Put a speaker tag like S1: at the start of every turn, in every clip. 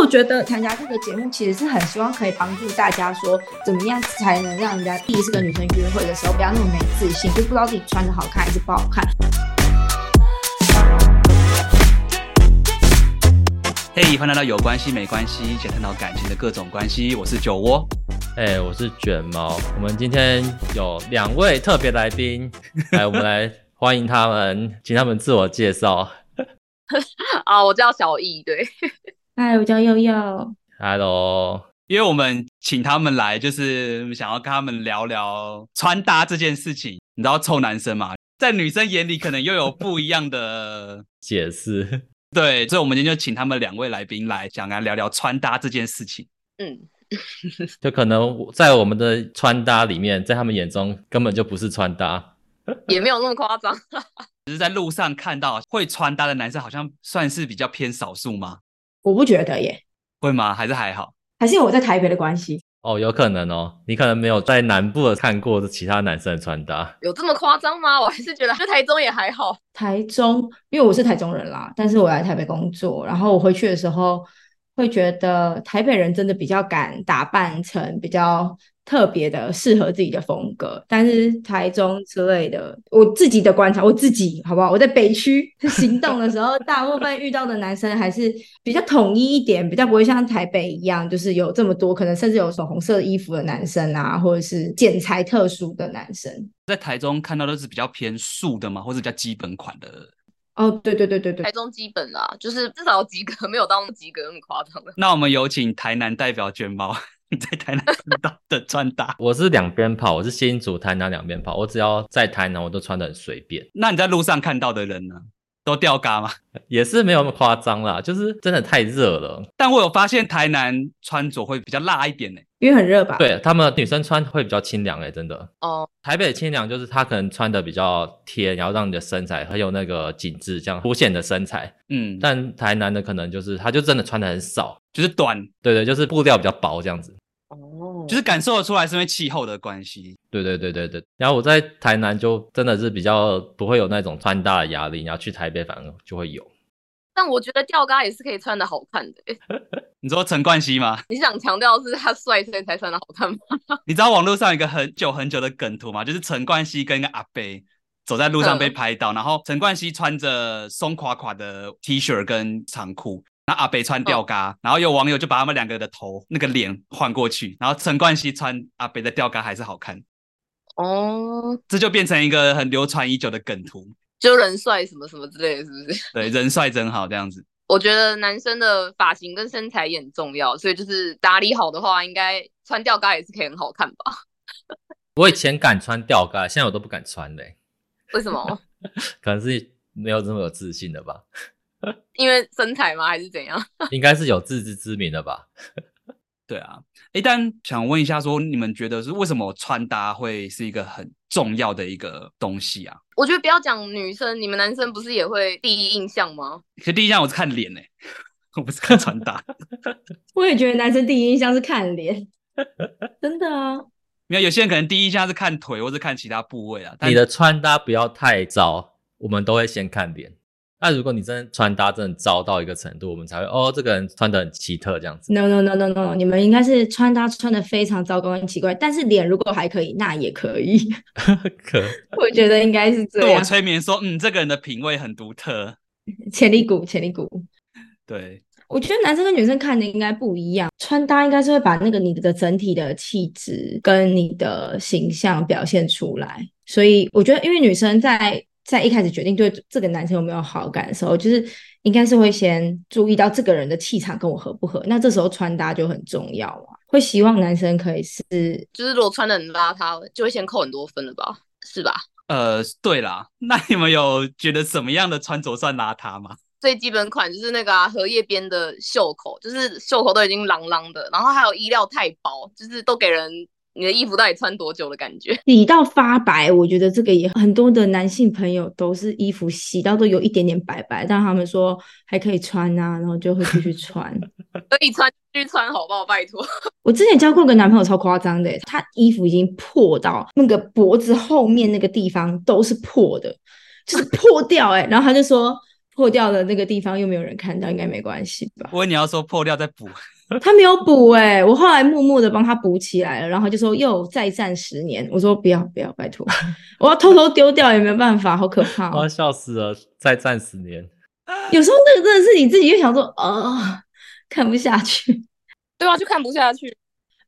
S1: 我觉得参加这个节目，其实是很希望可以帮助大家说，怎么样才能让人家第一次跟女生约会的时候不要那么没自信，就不知道自己穿的好看还是不好看。
S2: 嘿、欢迎来到有关系没关系，一起探讨感情的各种关系。我是酒窝，
S3: 哎、我是卷毛。我们今天有两位特别来宾，来，我们来欢迎他们，请他们自我介绍。
S4: 啊，我叫小易，对，
S1: 嗨，哎我叫佑佑。
S3: Hello，
S2: 因为我们请他们来，就是想要跟他们聊聊穿搭这件事情。你知道臭男生嘛，在女生眼里可能又有不一样的
S3: 解释。
S2: 对，所以我们今天就请他们两位来宾来，想来聊聊穿搭这件事情。
S4: 嗯，
S3: 就可能在我们的穿搭里面，在他们眼中根本就不是穿搭。
S4: 也没有那么夸张。
S2: 只是在路上看到会穿搭的男生，好像算是比较偏少数吗？
S1: 我不觉得耶，
S2: 会吗？还是还好？
S1: 还是我在台北的关系。
S3: 哦，有可能哦，你可能没有在南部的看过其他男生的穿搭。
S4: 有这么夸张吗？我还是觉得，就 台中也还好。
S1: 台中，因为我是台中人啦，但是我来台北工作，然后我回去的时候会觉得台北人真的比较敢打扮成比较特别的、适合自己的风格，但是台中之类的，我自己的观察，我自己好不好？我在北区行动的时候，大部分遇到的男生还是比较统一一点，比较不会像台北一样，就是有这么多，可能甚至有粉红色衣服的男生啊，或者是剪裁特殊的男生。
S2: 在台中看到都是比较偏素的嘛，或者比较基本款的。
S1: 哦，对对对对对
S4: 台，中基本啦，就是至少有及格，没有到那么及格那么夸张的。
S2: 那我们有请台南代表卷毛， 你在台南看到的穿搭。
S3: 我是两边跑，我是新竹、台南两边跑。我只要在台南，我都穿的很随便。
S2: 那你在路上看到的人呢，都吊嘎吗？
S3: 也是没有那么夸张啦，就是真的太热了。
S2: 但我有发现台南穿着会比较辣一点欸呢、
S1: 因为很热吧？
S3: 对，他们女生穿会比较清凉诶、欸真的。
S4: 哦，
S3: 台北清凉就是她可能穿的比较贴，然后让你的身材很有那个紧致，这样凸显你的身材。
S2: 嗯，但
S3: 但台南的可能就是她就真的穿的很少，
S2: 就是短，
S3: 对对，就是布料比较薄这样子。
S4: 哦，
S2: 就是感受得出来是因为气候的关系。
S3: 对对对对对。然后我在台南就真的是比较不会有那种穿搭的压力，然后去台北反而就会有。
S4: 但我觉得吊嘎也是可以穿的好看的、欸
S2: 你说陈冠希吗？
S4: 你想强调是他帅所以才穿的好看吗？
S2: 你知道网络上有一个很久很久的梗图吗？就是陈冠希跟一个阿贝走在路上被
S4: 嗯
S2: 拍到，然后陈冠希穿着松垮垮的 T 恤跟长裤。然后阿北穿吊嘎，然后有网友就把他们两个的头那个脸换过去，然后陈冠希穿阿北的吊嘎还是好看，
S4: 哦，
S2: 这就变成一个很流传已久的梗图。
S4: 就人帅什么什么之类的，是 不是？
S2: 对，人帅真好这样子。
S4: 我觉得男生的发型跟身材也很重要，所以就是打理好的话，应该穿吊嘎也是可以很好看吧？
S3: 我以前敢穿吊嘎，现在我都不敢穿嘞、
S4: 为什么？
S3: 可能是没有这么有自信的吧，
S4: 因为身材吗？还是怎样？
S3: 应该是有自知之明的吧。
S2: 对啊，诶，但想问一下说你们觉得是为什么穿搭会是一个很重要的一个东西啊？
S4: 我觉得不要讲女生，你们男生不是也会第一印象吗？
S2: 其实第一项我是看脸呢、欸 我不是看穿搭，
S1: 我也觉得男生第一印象是看脸， 真的啊。
S2: 没有有些人可能第一项是看腿或是看其他部位啊。但
S3: 你的穿搭不要太糟，我们都会先看脸。那如果你真的穿搭真的糟到一个程度，我们才会哦，这个人穿的很奇特这 样子。
S1: No no no no no，你们应该是穿搭穿的非常糟糕跟奇怪，但是脸如果还可以，那也可以。
S3: 可
S1: 我觉得应该是这
S2: 自我
S1: 样，
S2: 催眠说，嗯，这个人的品味很独特。
S1: 潜力股，潜力股。
S2: 对，啊
S1: 我觉得男生跟女生看的应该不一样，穿搭应该是会把那个你的整体的气质跟你的形象表现出来。所以我觉得，因为女生在在一开始决定对这个男生有没有好感的时候，就是应该是会先注意到这个人的气场跟我合不合。那这时候穿搭就很重要啊，会希望男生可以是
S4: 就是如果穿的很邋遢，就会先扣很多分了吧？是吧？
S2: 呃，对啦，那你们有觉得什么样的穿着算邋遢吗？
S4: 最基本款就是那个啊，荷叶边的袖口，就是袖口都已经啷啷的，然后还有衣料太薄，就是都给人你的衣服到底穿多久的感觉。
S1: 理到发白。我觉得这个也很多的男性朋友都是衣服洗到都有一点点白白，但他们说还可以穿啊，然后就会继续穿。
S4: 可以穿继续穿好不好？拜托，
S1: 我之前交过个男朋友，超夸张的欸，他衣服已经破到那个欸 脖子后面那个地方都是破的，就是破掉哎、然后他就说破掉的那个地方又没有人看到，应该没关系吧？
S2: 我以为你要说破掉再补，
S1: 他没有补哎、我后来默默的帮他补起来了，然后他就说又再战十年，我说不要不要，拜托，我要偷偷丢掉也没办法，好可怕、
S3: 我要
S1: 哦。
S3: 笑死了，再战十年。
S1: 有时候那个真的是你自己就想说，呃，看不下去，
S4: 对啊，就看不下去。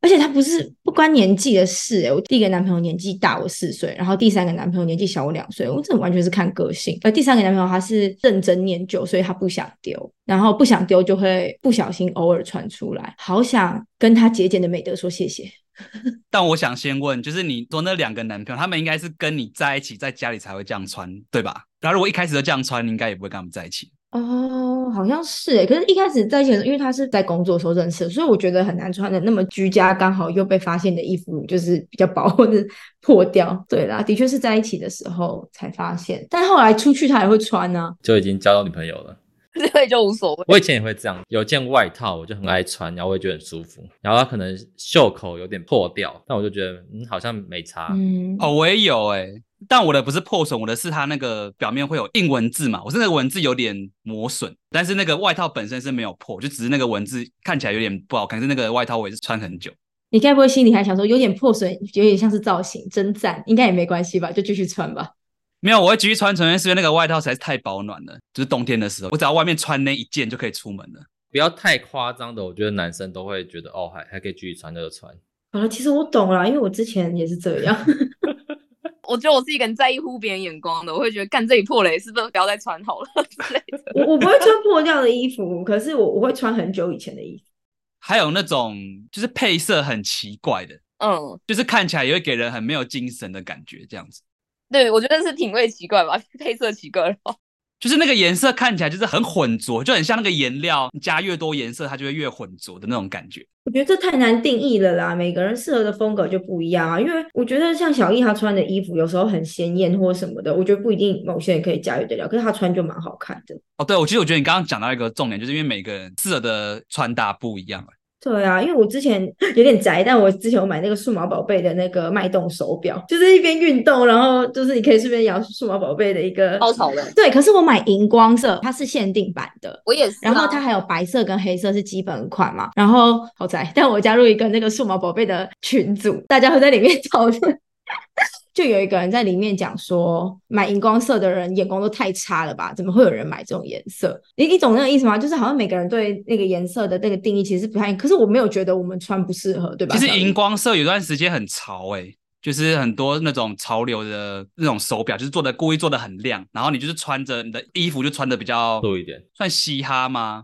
S1: 而且他不是不关年纪的事哎、我第一个男朋友年纪大我四岁，然后第三个男朋友年纪小我两岁，我这完全是看个性。而第三个男朋友他是认真念旧，所以他不想丢，然后不想丢就会不小心偶尔传出来，好想跟他节俭的美德说谢谢。
S2: 但我想先问，就是你说那两个男朋友，他们应该是跟你在一起，在家里才会这样穿，对吧？然后如果一开始就这样穿，你应该也不会跟他们在一起。
S1: 哦，好像是诶，可是一开始在一起的时候，因为他是在工作的时候认识的，所以我觉得很难穿的那么居家，刚好又被发现的衣服就是比较薄 或者破掉。对啦，的确是在一起的时候才发现，但后来出去他也会穿啊呢、
S3: 就已经交到女朋友了。
S4: 对，就无所谓。
S3: 我以前也会这样，有件外套我就很爱穿，然后我也觉得很舒服。然后它可能袖口有点破掉，但我就觉得嗯好像没差。
S1: 嗯，
S2: 哦，我也有哎、但我的不是破损，我的是它那个表面会有印文字嘛，我是那个文字有点磨损，但是那个外套本身是没有破，就只是那个文字看起来有点不好看，可是那个外套我也是穿很久。
S1: 你该不会心里还想说有点破损，有点像是造型，真赞，应该也没关系吧，就继续穿吧。
S2: 没有，我会继续穿，纯粹是因为那个外套实在是太保暖了，就是冬天的时候，我只要外面穿那一件就可以出门了。
S3: 不要太夸张的，我觉得男生都会觉得哦还还可以继续穿那就穿。
S1: 好了，啊其实我懂了，因为我之前也是这样。
S4: 我觉得我是一个很在意乎别人眼光的，我会觉得干这里破了，是不是不要再穿好了 之类的。
S1: 我我不会穿破掉的衣服，可是我我会穿很久以前的衣服。
S2: 还有那种就是配色很奇怪的，
S4: 嗯，
S2: 就是看起来也会给人很没有精神的感觉，这样子。
S4: 对，我觉得是品味奇怪吧， 配色奇怪吧。
S2: 就是那个颜色看起来就是很混浊，就很像那个颜料，你加越多颜色它就会越混浊的那种感觉。
S1: 我觉得这太难定义了啦，每个人适合的风格就不一样啊。因为我觉得像小易她穿的衣服有时候很鲜艳或什么的，我觉得不一定某些人可以驾驭得了，可是她穿就蛮好看的。
S2: 哦，对，我其实我觉得你刚刚讲到一个重点，就是因为每个人适合的穿搭不一样。
S1: 对啊，因为我之前 有点宅，但我之前有买那个数码宝贝的那个脉动手表，就是一边运动，然后就是你可以顺便摇数码宝贝的一个
S4: 超吵的
S1: 对，可是我买荧光色，它是限定版的，
S4: 我也是、啊。
S1: 然后它还有白色跟黑色是基本款嘛，然后好宅，但我加入一个那个数码宝贝的群组，大家会在里面讨论。 就有一个人在里面讲说，买荧光色的人眼光都太差了吧？怎么会有人买这种颜色？你你懂那个意思吗？就是好像每个人对那个颜色的那个定义其实不太一样，可是我没有觉得我们穿不适合，对吧？
S2: 其实
S1: 小
S2: 荧
S1: 易
S2: 光色有段时间很潮诶、就是很多那种潮流的那种手表，就是做的故意做的很亮，然后你就是穿着你的衣服就穿的比较
S3: 露一点，
S2: 算嘻哈吗？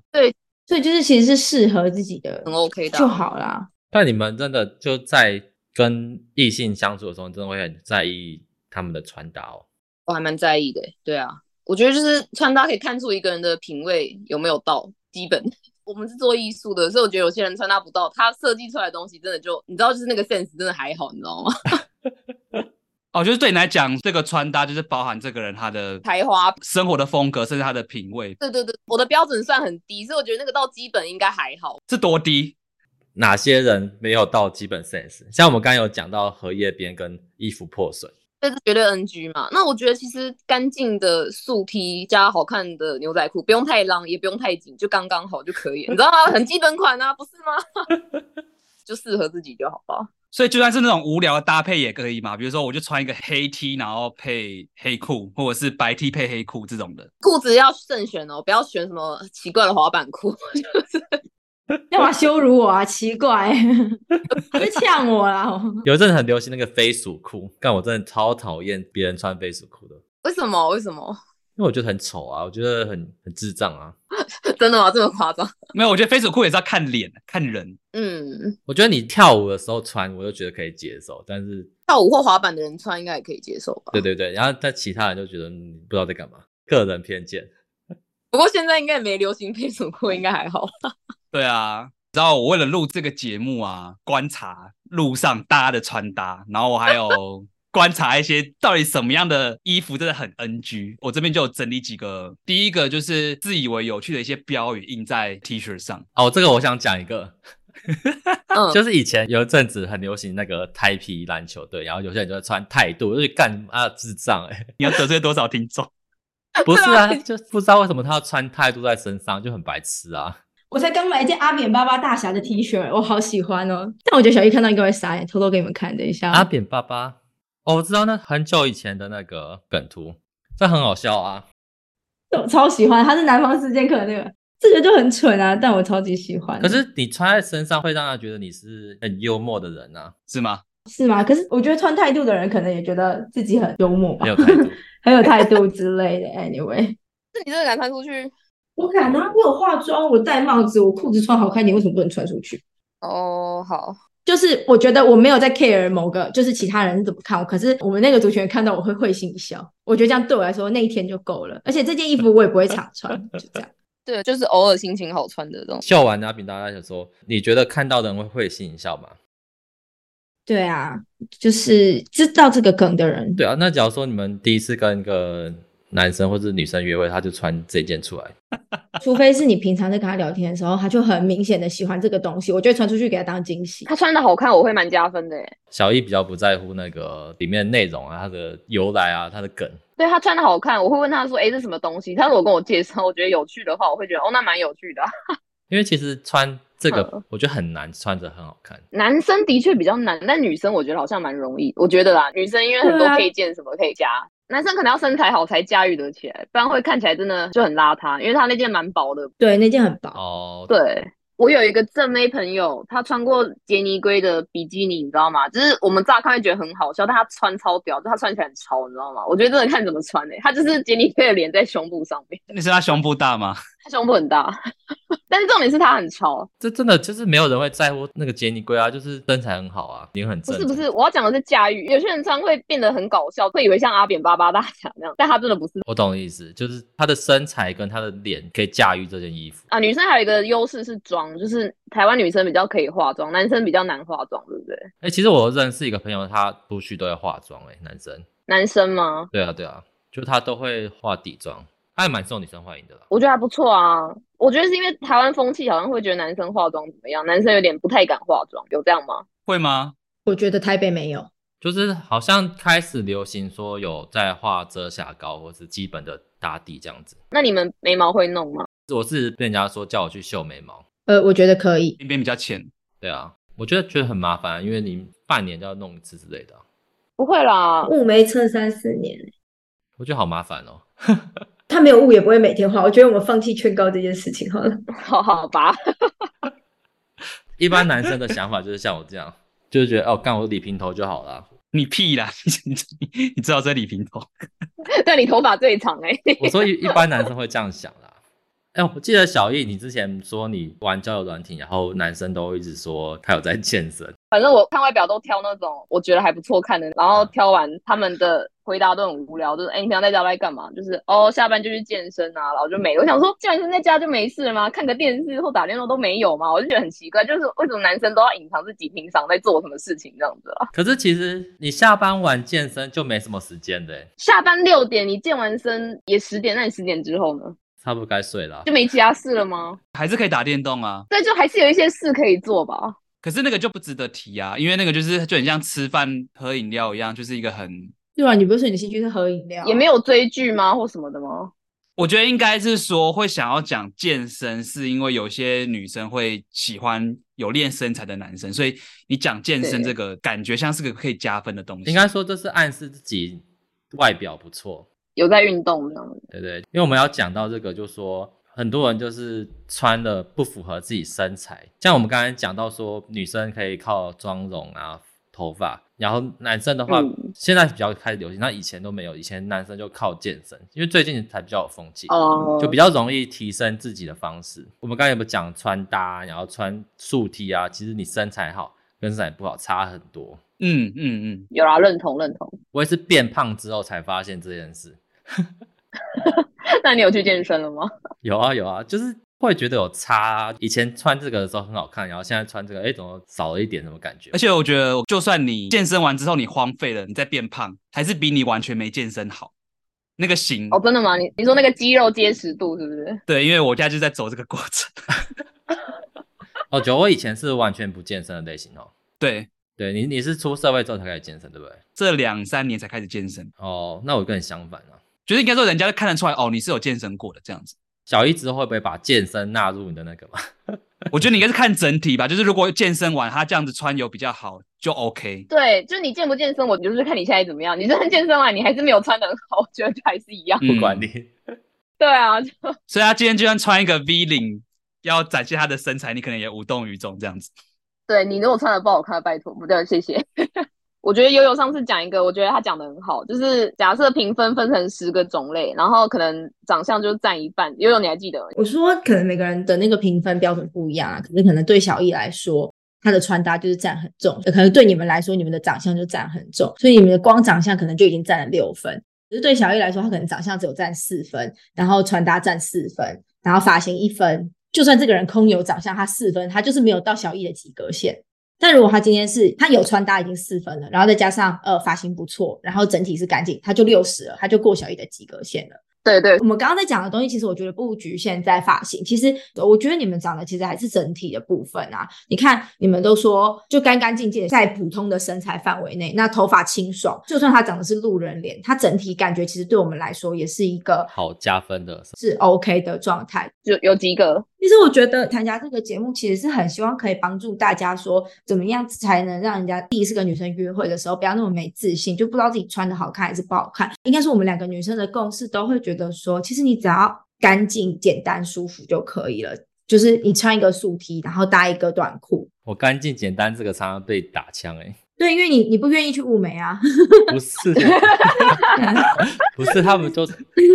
S1: 所以就是其实是适合自己的
S4: 很 OK 的啊、
S1: 就好啦。
S3: 但你们真的就在跟异性相处的时候，你真的会很在意他们的穿搭哦。
S4: 我还蛮在意的欸。对啊，我觉得就是穿搭可以看出一个人的品味有没有到基本。 我们是做艺术的，所以我觉得有些人穿搭不到，他设计出来的东西真的就你知道，就是那个 sense 真的还好，你知道吗？
S2: 哦，就是对你来讲，这个穿搭就是包含这个人他的
S4: 才华。
S2: 生活的风格，甚至他的品味
S4: 对对对，我的标准算很低，所以我觉得那个到基本应该还好。
S2: 是多低。
S3: 哪些人没有到基本 sense？像我们刚刚有讲到荷叶边跟衣服破损，
S4: 这是绝对 NG 嘛？那我觉得其实干净的素 T 加好看的牛仔裤，不用太浪，也不用太紧，就刚刚好就可以，你知道吗？很 基本款啊，不是吗？ 就适合自己就好吧。
S2: 所以就算是那种无聊的搭配也可以嘛，比如说我就穿一个黑 T，然后配黑裤，或者是白 T 配黑裤这种的。
S4: 裤子要慎选哦，不要选什么奇怪的滑板裤。
S1: 干嘛羞辱我啊？奇 怪， 就呛我啦！哦
S3: 有一阵很流行那个飞鼠裤，但我真的超讨厌别人穿飞鼠裤的，
S4: 为什么？为什么？
S3: 因为我觉得很丑啊，我觉得很很智障啊。
S4: 真的吗？这么夸张？
S2: 没有，我觉得飞鼠裤也是要看脸看人。
S4: 嗯，
S3: 我觉得你跳舞的时候穿，我就觉得可以接受，但是
S4: 跳舞或滑板的人穿应该也可以接受吧？
S3: 对对对，然后但其他人就觉得嗯你不知道在干嘛，个人偏见。
S4: 不过现在应该也没流行配什么裤，应该还好。
S2: 对啊，你知道我为了录这个节目啊，观察路上大家的穿搭，然后我还有观察一些到底什么样的衣服真的很 NG。我这边就有整理几个，第一个就是自以为有趣的一些标语印在 T 恤上。
S3: 哦，这个我想讲一个，
S4: 嗯，
S3: 就是以前有一阵子很流行那个泰皮 篮球队，然后有些人就会穿态度，就是干啊智障哎、
S2: 你要得罪多少听众？
S3: 不是啊，就不知道为什么他要穿太多在身上，就很白痴啊。
S1: 我才刚买一件阿扁巴巴大侠的 T 恤，我好喜欢哦。啊但我觉得小玉看到应该会傻眼，偷偷给你们看，等一下。
S3: 阿扁爸爸，哦，我知道那很久以前的那个梗图，这很好笑啊。
S1: 我超喜欢，他是南方四剑客那个，这个就很蠢啊，但我超级喜欢。
S3: 可是你穿在身上会让他觉得你是很幽默的人啊，
S2: 是吗？
S1: 是吗？可是我觉得穿态度的人可能也觉得自己很幽默吧
S3: 很，有态度。
S1: 很有态度之类的。Anyway，
S4: 是你真的敢穿出去？
S1: 我敢啊，我有化妆，我戴帽子，我裤子穿好看一点，为什么不能穿出去？
S4: 哦，好，
S1: 就是我觉得我没有在 care 某个，就是其他人是怎么看我，可是我们那个族群人看到我会会心一笑。我觉得这样对我来说那一天就够了，而且这件衣服我也不会常穿，就这样。
S4: 对，就是偶尔心情好穿的这种。
S3: 笑完阿扁大家就说，你觉得看到的人会会心一笑吗？
S1: 对啊，就是知道这个梗的人，
S3: 对啊，那假如说你们第一次跟一个男生或是女生约会，他就穿这件出来，啊
S1: 除非是你平常在跟他聊天的时候，他就很明显的喜欢这个东西，我就会传出去给他当惊喜。
S4: 他穿的好看，我会蛮加分的耶。
S3: 小易比较不在乎那个里面的内容啊，它的由来啊，它的梗。
S4: 对他穿的好看，我会问他说：“哎，这什么东西？”他如果跟我介绍，我觉得有趣的话，我会觉得哦，那蛮有趣的啊、
S3: 因为其实穿这个
S4: 嗯，
S3: 我觉得很难穿着很好看。
S4: 男生的确比较难，但女生我觉得好像蛮容易。我觉得啦，女生因为很
S1: 对
S4: 多
S1: 啊
S4: 配件什么可以加，男生可能要身材好才驾驭得起来，不然会看起来真的就很邋遢。因为他那件蛮薄的。
S1: 对，那件很薄，
S3: 哦，
S4: 对我有一个正妹朋友，她穿过杰尼龟的比基尼，你知道吗？就是我们乍看会觉得很好笑，但她穿超屌，就她穿起来很潮，你知道吗？我觉得真的看怎么穿诶、她就是杰尼龟的脸在胸部上面，
S2: 你是他胸部大吗？
S4: 她胸部很大， 但是重点是她很潮。
S3: 这真的就是没有人会在乎那个杰尼龟啊，就是身材很好啊，脸很
S4: 不
S3: 正。
S4: 是不是，我要讲的是驾驭。有些人穿会变得很搞笑，会以为像阿扁巴巴大侠那样，但她真的不是
S3: 我懂你意思，就是他的身材跟他的脸可以驾驭这件衣服。
S4: 啊。女生还有一个优势是妆，就是台湾女生比较可以化妆，男生比较难化妆，对不对？
S3: 哎、其实我认识一个朋友，他出去都会化妆、欸，男生。
S4: 男生吗？
S3: 对啊对啊，就他都会化底妆，他还蛮受女生欢迎的啦。
S4: 我觉得还不错啊。我觉得是因为台湾风气好像会觉得男生化妆怎么样，男生有点不太敢化妆，有这样吗？
S2: 会吗？
S1: 我觉得台北没有。
S3: 就是好像开始流行说有在画遮瑕膏或是基本的打底这样子。
S4: 那你们眉毛会弄吗？
S3: 我是被人家说叫我去秀眉毛，
S1: 呃，我觉得可以。
S2: 那边比较浅，
S3: 对啊，我觉得觉得很麻烦，啊因为你半年就要弄一次之类的啊，
S4: 不会啦，
S1: 哦雾眉测三四年，
S3: 我觉得好麻烦哦。
S1: 他没有雾也不会每天画。我觉得我们放弃劝告这件事情好了。
S4: 好好吧。
S3: 一般男生的想法就是像我这样，就是觉得哦，干我理平头就好啦。
S2: 你屁啦！你你你知道这里平头，
S4: 但你头发最长哎、
S3: 我说一一般男生会这样想啦。哎、我记得小易，你之前说你玩交友软体，然后男生都一直说他有在健身，
S4: 反正我看外表都挑那种我觉得还不错看的，然后挑完他们的回答都很无聊，就是哎、诶你平常在家都在干嘛？就是哦，下班就去健身啊，然后就没了。我想说，既然是在家就没事了吗？看个电视或打电动都没有吗？我就觉得很奇怪，就是为什么男生都要隐藏自己平常在做什么事情这样子啊？
S3: 可是其实你下班晚健身就没什么时间的、欸，
S4: 下班六点你健完身也十点，那你十点之后呢？
S3: 差不多该睡了啊
S4: 就。没其他事了吗？
S2: 还是可以打电动啊。
S4: 对，就还是有一些事可以做吧。
S2: 可是那个就不值得提啊，因为那个就是就很像吃饭喝饮料一样，就是一个很，
S1: 对啊，你不是说你的兴趣是喝饮料？啊
S4: 也没有追剧吗，或什么的吗？
S2: 我觉得应该是说会想要讲健身，是因为有些女生会喜欢有练身材的男生，所以你讲健身这
S4: 对
S2: 个感觉像是个可以加分的东西。
S3: 应该说这是暗示自己外表不错，
S4: 有在运动这样子。
S3: 对不对？因为我们要讲到这个，就说很多人就是穿的不符合自己身材，像我们刚才讲到说，女生可以靠妆容啊、头发，然后男生的话，
S4: 嗯
S3: 现在比较开始流行，那以前都没有，以前男生就靠健身，因为最近才比较有风气。
S4: 哦、
S3: 就比较容易提升自己的方式。我们刚才有没有讲穿搭，然后穿素 T 啊？其实你身材好跟身材不好差很多。
S2: 嗯嗯嗯，
S4: 有啦，认同认同。
S3: 我也是变胖之后才发现这件事。
S4: 那你有去健身了吗？
S3: 有啊有啊，就是会觉得有差、啊。以前穿这个的时候很好看，然后现在穿这个，哎、怎么少了一点什么感觉？
S2: 而且我觉得就算你健身完之后你荒废了，你再变胖，还是比你完全没健身好。那个型
S4: 哦，真的吗？你你说那个肌肉结实度是不是？
S2: 对，因为我家就在走这个过程。
S3: 哦，觉得我以前是完全不健身的类型哦。
S2: 对，
S3: 对你，你是出社会之后才开始健身，对不对？
S2: 这两三年才开始健身，
S3: 哦，那我跟你相反啊。
S2: 就是应该说人家就看得出来哦，你是有健身过的这样子。
S3: 小一之后会不会把健身纳入你的那个嘛？
S2: 我觉得你应该是看整体吧，就是如果健身完他这样子穿有比较好，就 OK。
S4: 对，就你健不健身，我就是看你现在怎么样。你真的健身完，你还是没有穿的很好，我觉得就还是一样。
S2: 嗯
S3: 不管你，
S4: 对啊，就
S2: 所以他今天就算穿一个 V 领，要展现他的身材，你可能也无动于衷这样子。
S4: 对你如果穿的不好看，拜托不对，谢谢。 我觉得悠悠上次讲一个，我觉得他讲的很好，就是假设评分分成十个种类，然后可能长相就占一半。悠悠你还记得吗？
S1: 我是说，可能每个人的那个评分标准不一样啊，可是可能对小易来说，他的穿搭就是占很重，呃可能对你们来说，你们的长相就占很重，所以你们的光长相可能就已经占了六分。可是对小易来说，他可能长相只有占四分，然后穿搭占四分，然后发型一分。就算这个人空有长相，他四分，他就是没有到小易的及格线。但如果他今天是他有穿搭已经四分了，然后再加上呃发型不错，然后整体是干净，他就六十了，他就过小易的及格线了。
S4: 对对
S1: 我们刚刚在讲的东西，其实我觉得不局限在发型，其实我觉得你们讲的其实还是整体的部分啊。你看，你们都说就干干净净，在普通的身材范围内，那头发清爽，就算他长的是路人脸，他整体感觉其实对我们来说也是一个
S3: 好加分的，
S1: 是 OK 的状态。
S4: 就有几个，
S1: 其实我觉得参加这个节目，其实是很希望可以帮助大家说，怎么样才能让人家第一次跟女生约会的时候不要那么没自信，就不知道自己穿的好看还是不好看。应该是我们两个女生的共识都会觉得说，其实你只要干净、简单、舒服就可以了。就是你穿一个素 T，然后搭一个短裤，
S3: 我干净简单这个常常被打枪哎、
S1: 对，因为你你不愿意去雾眉啊，
S3: 不是，不是他们就，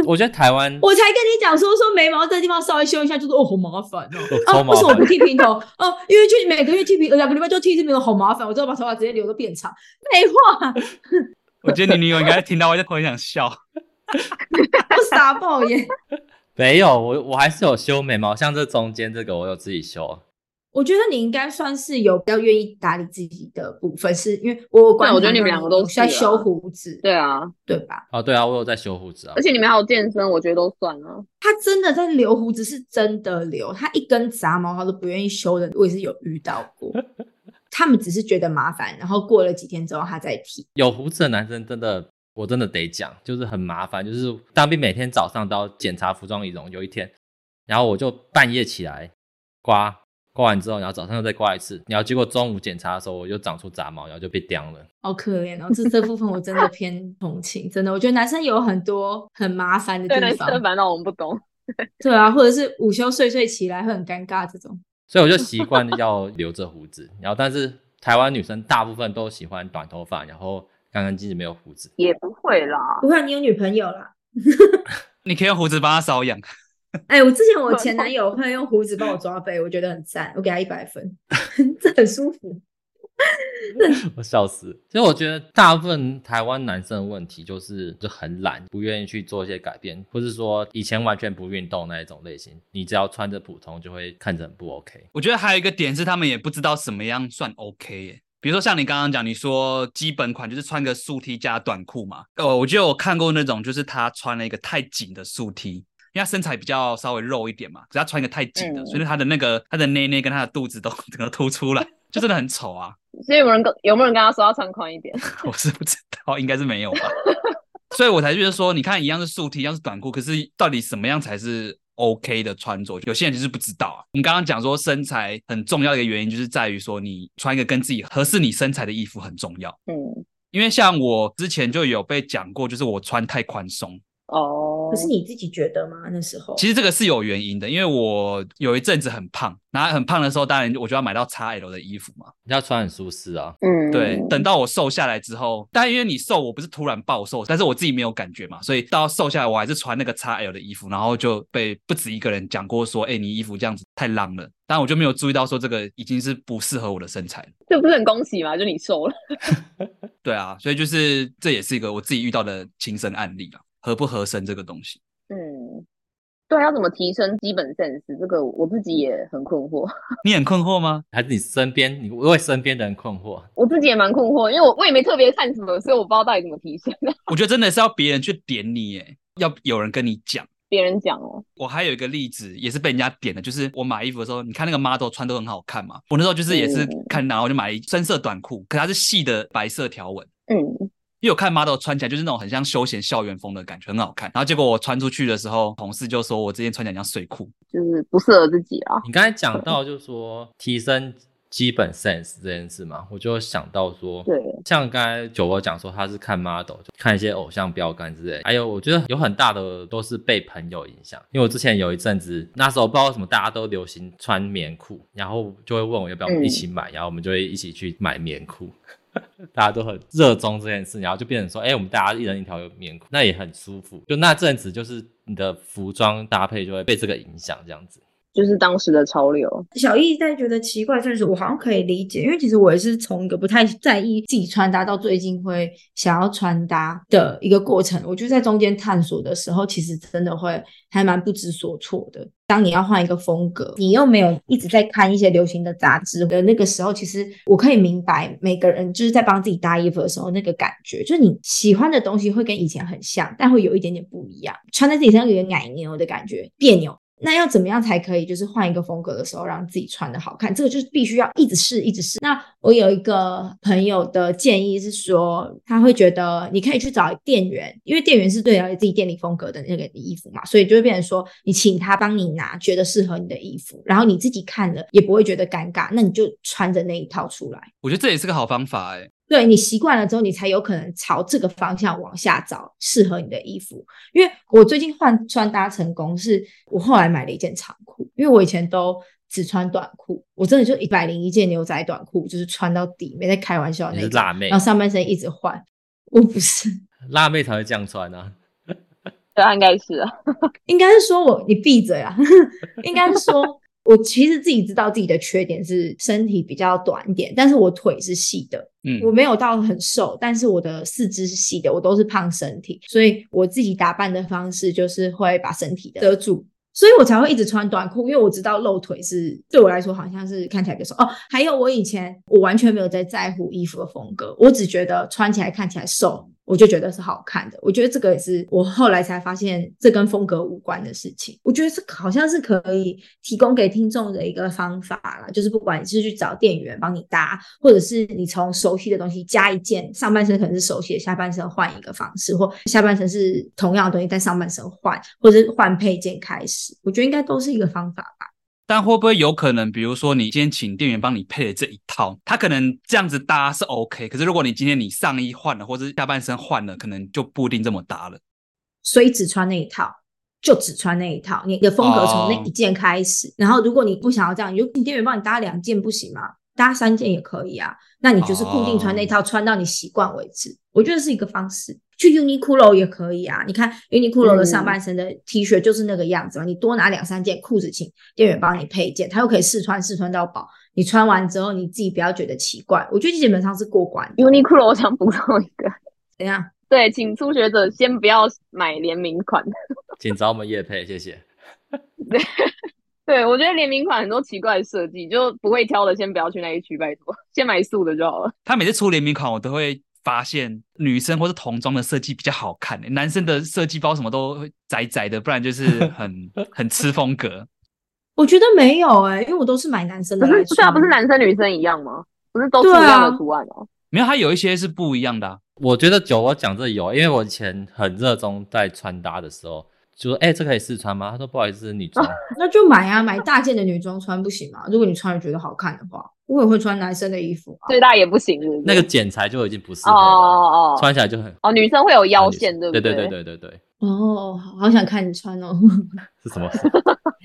S3: 我觉得台湾
S1: 我才跟你讲说说眉毛这地方稍微修一下，就是哦好麻烦哦。
S3: 超
S1: 哦，
S3: 麻
S1: 为什么我
S3: 烦
S1: 不，剃平头？哦，因为就每个月剃平，两个礼拜就剃一次平头，好麻烦。我就要把头发直接留的变长， 废话。
S2: 我觉得你女友应该听到会会想笑。
S1: 我傻爆眼。
S3: 没有我我还是有修眉毛，像这中间这个我有自己修，
S1: 我觉得你应该算是有比较愿意打理自己的部分，是因为我有观察
S4: 对我觉得你们
S1: 到
S4: 两个都
S1: 有在
S4: 是啊
S1: 修胡子，
S4: 对啊，
S1: 对吧？
S3: 哦对啊，我有在修胡子啊
S4: 而，且你们还有健身，我觉得都算啊。
S1: 他真的在留胡子，是真的留，他一根杂毛他都不愿意修的，我也是有遇到 过。他们只是觉得麻烦，然后过了几天之后他再剃。
S3: 有胡子的男生真的，我真的得讲，就是很麻烦。就是当兵每天早上都要检查服装仪容，有一天，然后我就半夜起来刮，刮完之后，然后早上又再刮一次，然后结果中午检查的时候，我就长出杂毛，然后就被叼了。
S1: 好可怜哦，这这部分我真的偏同情，真的，我觉得男生有很多很麻烦的
S4: 对
S1: 地
S4: 男生
S1: 方，
S4: 的烦恼我们不懂。
S1: 对啊，或者是午休睡睡起来会很尴尬这种。
S3: 所以我就习惯要留着胡子，然后但是台湾女生大部分都喜欢短头发，然后干干净净没有胡子。
S4: 也不会啦，
S1: 不会，你有女朋友啦？
S2: 你可以用胡子帮他瘙痒，
S1: 哎、我之前我前男友会用胡子帮我抓背，我觉得很赞，我给他一百分，这很舒服。
S3: 我笑死。所以我觉得大部分台湾男生的问题就是就很懒，不愿意去做一些改变，或是说以前完全不运动那一种类型。你只要穿着普通，就会看着很不 OK。
S2: 我觉得还有一个点是他们也不知道什么样算 OK 耶。比如说像你刚刚讲，你说基本款就是穿个素 T 加短裤嘛，呃，我觉得我看过那种就是他穿了一个太紧的素 T，因为他身材比较稍微肉一点嘛，只要穿一个太紧的，
S4: 嗯
S2: 所以他的那个他的内内跟他的肚子都 整个凸出来，就真的很丑啊。
S4: 所以有没有人跟有没有人跟他说要穿宽一点？
S2: 我是不知道，应该是没有吧。所以我才觉得说，你看一样是素 T，一样是短裤，可是到底什么样才是 OK 的穿着？有些人就是不知道啊。你刚刚讲说身材很重要的一个原因，就是在于说你穿一个跟自己合适你身材的衣服很重要。
S4: 嗯，
S2: 因为像我之前就有被讲过，就是我穿太宽松，
S4: 哦，
S1: 可是你自己觉得吗？那时候
S2: 其实这个是有原因的，因为我有一阵子很胖，然后很胖的时候，当然我就要买到 XL 的衣服嘛。
S3: 要穿很舒适啊，
S4: 嗯，
S2: 对，等到我瘦下来之后，但因为你瘦，我不是突然暴瘦，但是我自己没有感觉嘛，所以到瘦下来，我还是穿那个 XL 的衣服，然后就被不止一个人讲过说，哎、你衣服这样子太浪了。但我就没有注意到说这个已经是不适合我的身材了。
S4: 这不是很恭喜吗？就你瘦了，
S2: 对啊，所以就是这也是一个我自己遇到的亲身案例啊，合不合身这个东西。
S4: 嗯，对，要怎么提升基本 sense？这个我自己也很困惑，
S2: 你很困惑吗？
S3: 还是你身边你为身边的人困惑？
S4: 我自己也蛮困惑，因为我我也没特别看什么，所以我不知道到底怎么提升。啊
S2: 我觉得真的是要别人去点你，哎，要有人跟你讲。
S4: 别人讲哦，
S2: 我还有一个例子，也是被人家点的，就是我买衣服的时候，你看那个 model 穿都很好看嘛。我那时候就是也是
S4: 嗯
S2: 看，然后我就买了一深色短裤，可它是细的白色条纹。
S4: 嗯，
S2: 因为我看 model 穿起来就是那种很像休闲校园风的感觉，很好看。然后结果我穿出去的时候，同事就说我之前穿起来像睡裤，
S4: 就是不适合自己啊。
S3: 你刚才讲到就是说提升基本 sense 这件事嘛，我就想到说，
S4: 对，
S3: 像刚才九我讲说他是看 model，就看一些偶像标杆之类的，还有我觉得有很大的都是被朋友影响，因为我之前有一阵子那时候不知道为什么大家都流行穿棉裤，然后就会问我要不要
S4: 嗯
S3: 一起买，然后我们就会一起去买棉裤。 大家都很热衷这件事，然后就变成说，哎、我们大家一人一条棉裤，那也很舒服。就那阵子，就是你的服装搭配就会被这个影响，这样子。
S4: 就是当时的潮流。
S1: 小易但觉得奇怪，就是我好像可以理解，因为其实我也是从一个不太在意自己穿搭到最近会想要穿搭的一个过程。我觉得在中间探索的时候，其实真的会还蛮不知所措的。当你要换一个风格，你又没有一直在看一些流行的杂志的那个时候，其实我可以明白每个人就是在帮自己搭衣服的时候那个感觉，就是你喜欢的东西会跟以前很像，但会有一点点不一样，穿在自己身上有点奶牛的感觉，别扭。那要怎么样才可以？就是换一个风格的时候，让自己穿的好看，这个就是必须要一直试，一直试。那我有一个朋友的建议是说，他会觉得你可以去找店员，因为店员是最了解自己店里风格的那个衣服嘛，所以就会变成说，你请他帮你拿觉得适合你的衣服，然后你自己看了也不会觉得尴尬，那你就穿着那一套出来。
S2: 我觉得这也是个好方法哎、
S1: 对你习惯了之后，你才有可能朝这个方向往下找适合你的衣服。因为我最近换穿搭成功，是我后来买了一件长裤，因为我以前都只穿短裤，我真的就一百零一件牛仔短裤，就是穿到底，没在开玩笑的
S3: 你
S1: 那
S3: 是
S1: 种。
S3: 辣妹
S1: 然，后上半身一直换，我不是，
S3: 辣妹才会这样穿啊。
S4: 对，他应该是啊，
S1: 应该是说我你闭嘴啊， 应该是说我其实自己知道自己的缺点是身体比较短一点，但是我腿是细的，
S2: 嗯，
S1: 我没有到很瘦，但是我的四肢是细的，我都是胖身体，所以我自己打扮的方式就是会把身体遮住，所以我才会一直穿短裤，因为我知道露腿是对我来说好像是看起来比较瘦哦。还有我以前我完全没有在在乎衣服的风格，我只觉得穿起来看起来瘦，我就觉得是好看的。我觉得这个也是我后来才发现这跟风格无关的事情。我觉得这好像是可以提供给听众的一个方法啦，就是不管你是去找店员帮你搭，或者是你从熟悉的东西加一件，上半身可能是熟悉的，下半身换一个方式，或下半身是同样的东西，但上半身换，或者是换配件开始，我觉得应该都是一个方法吧。
S2: 但会不会有可能，比如说你今天请店员帮你配的这一套，他可能这样子搭是 OK，可是如果你今天你上衣换了，或者是下半身换了，可能就不一定这么搭了。
S1: 所以只穿那一套。就只穿那一套，你的风格从那
S2: 哦
S1: 一件开始。然后，如果你不想要这样，你就请店员帮你搭两件不行吗？搭三件也可以啊。那你就是固定穿那套，穿到你习惯为止。我觉得是一个方式。去 Uniqlo 也可以啊。你看 Uniqlo 的上半身的 T 恤就是那个样子嘛，你多拿两三件，裤子请店员帮你配一件，他又可以试穿，试穿到饱。你穿完之后，你自己不要觉得奇怪。我觉得基本上是过关的。
S4: Uniqlo 我想补充一个，
S1: 怎样？
S4: 对，请初学者先不要买联名款。
S3: 请找我们叶配，谢谢。
S4: 对，我觉得联名款很多奇怪的设计，就不会挑的先不要去那一区，拜托，先买素的就好了。
S2: 他每次出联名款，我都会发现女生或是童装的设计比较好看、欸男生的设计包什么都会窄窄的，不然就是很很吃风格。
S1: 我觉得没有哎、因为我都是买男生的
S4: 不
S1: 来
S4: 是，对啊，
S1: 穿
S4: 不是男生女生一样吗？不是都是
S1: 对啊
S4: 一样的图案哦、
S2: 没有，它有一些是不一样的啊、
S3: 我觉得酒我讲这有，因为我以前很热衷在穿搭的时候，就说哎、这可以试穿吗？他说不好意思，是女装。
S1: 那就买啊，买大件的女装穿不行吗？如果你穿了觉得好看的话，我也会穿男生的衣服啊。
S4: 最大也不行是不是
S3: 那个剪裁就已经不适合
S4: 哦
S3: 了，
S4: 哦哦
S3: 穿起来就很
S4: 哦，女生会有腰线，
S3: 对
S4: 不
S3: 对
S4: 对
S3: 对对对对，
S1: 哦，好好想看你穿哦。
S3: 是什么？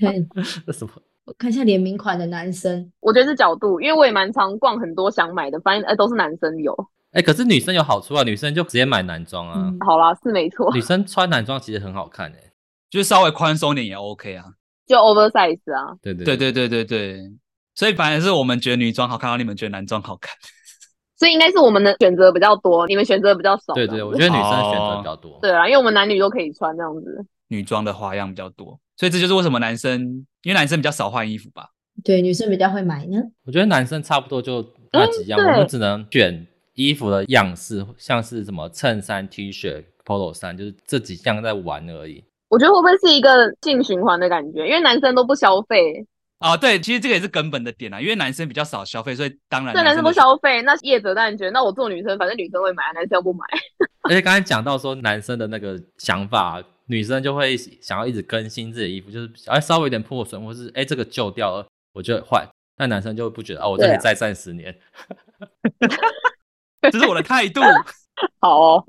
S1: 看
S3: 是什么？
S1: 我看一下联名款的男生，
S4: 我觉得是角度，因为我也蛮常逛很多想买的，发现呃都是男生有。
S3: 哎、可是女生有好处啊，女生就直接买男装啊，
S1: 嗯，
S4: 好啦，是没错，
S3: 女生穿男装其实很好看哎、
S2: 就是稍微宽松一点也 OK 啊。
S4: 就 oversize 啊。
S3: 对对
S2: 对对对对对，所以反而是我们觉得女装好看，然后你们觉得男装好看。
S4: 所以应该是我们的选择比较多，你们选择比较少。
S3: 对
S4: 这
S3: 对，
S4: 样
S3: 我
S4: 子
S3: 觉得女生选择比较多。
S4: 对啊，因为我们男女都可以穿这样子。
S2: 女装的花样比较多，所以这就是为什么男生，因为男生比较少换衣服吧。
S1: 对，女生比较会买呢。
S3: 我觉得男生差不多就那几样，
S4: 嗯对
S3: 我们只能选衣服的样式，像是什么衬衫、T 恤、polo 衫，就是这几项在玩而已。
S4: 我觉得会不会是一个净循环的感觉？因为男生都不消费，
S2: 啊，对，其实这个也是根本的点啊，因为男生比较少消费，所以当然
S3: 哎
S4: 对男生
S2: 的
S4: 不消费，那业者当然觉得，那我做女生，反正女生会买，男生又不买。
S3: 而且刚才讲到说男生的那个想法，女生就会想要一直更新自己的衣服，就是哎稍微有点破损，或是哎这个旧掉了，我就换。那男生就会不觉得哦，我这
S4: 对
S3: 里
S4: 啊
S3: 再战十年。
S2: 这是我的态度。
S4: 好哦，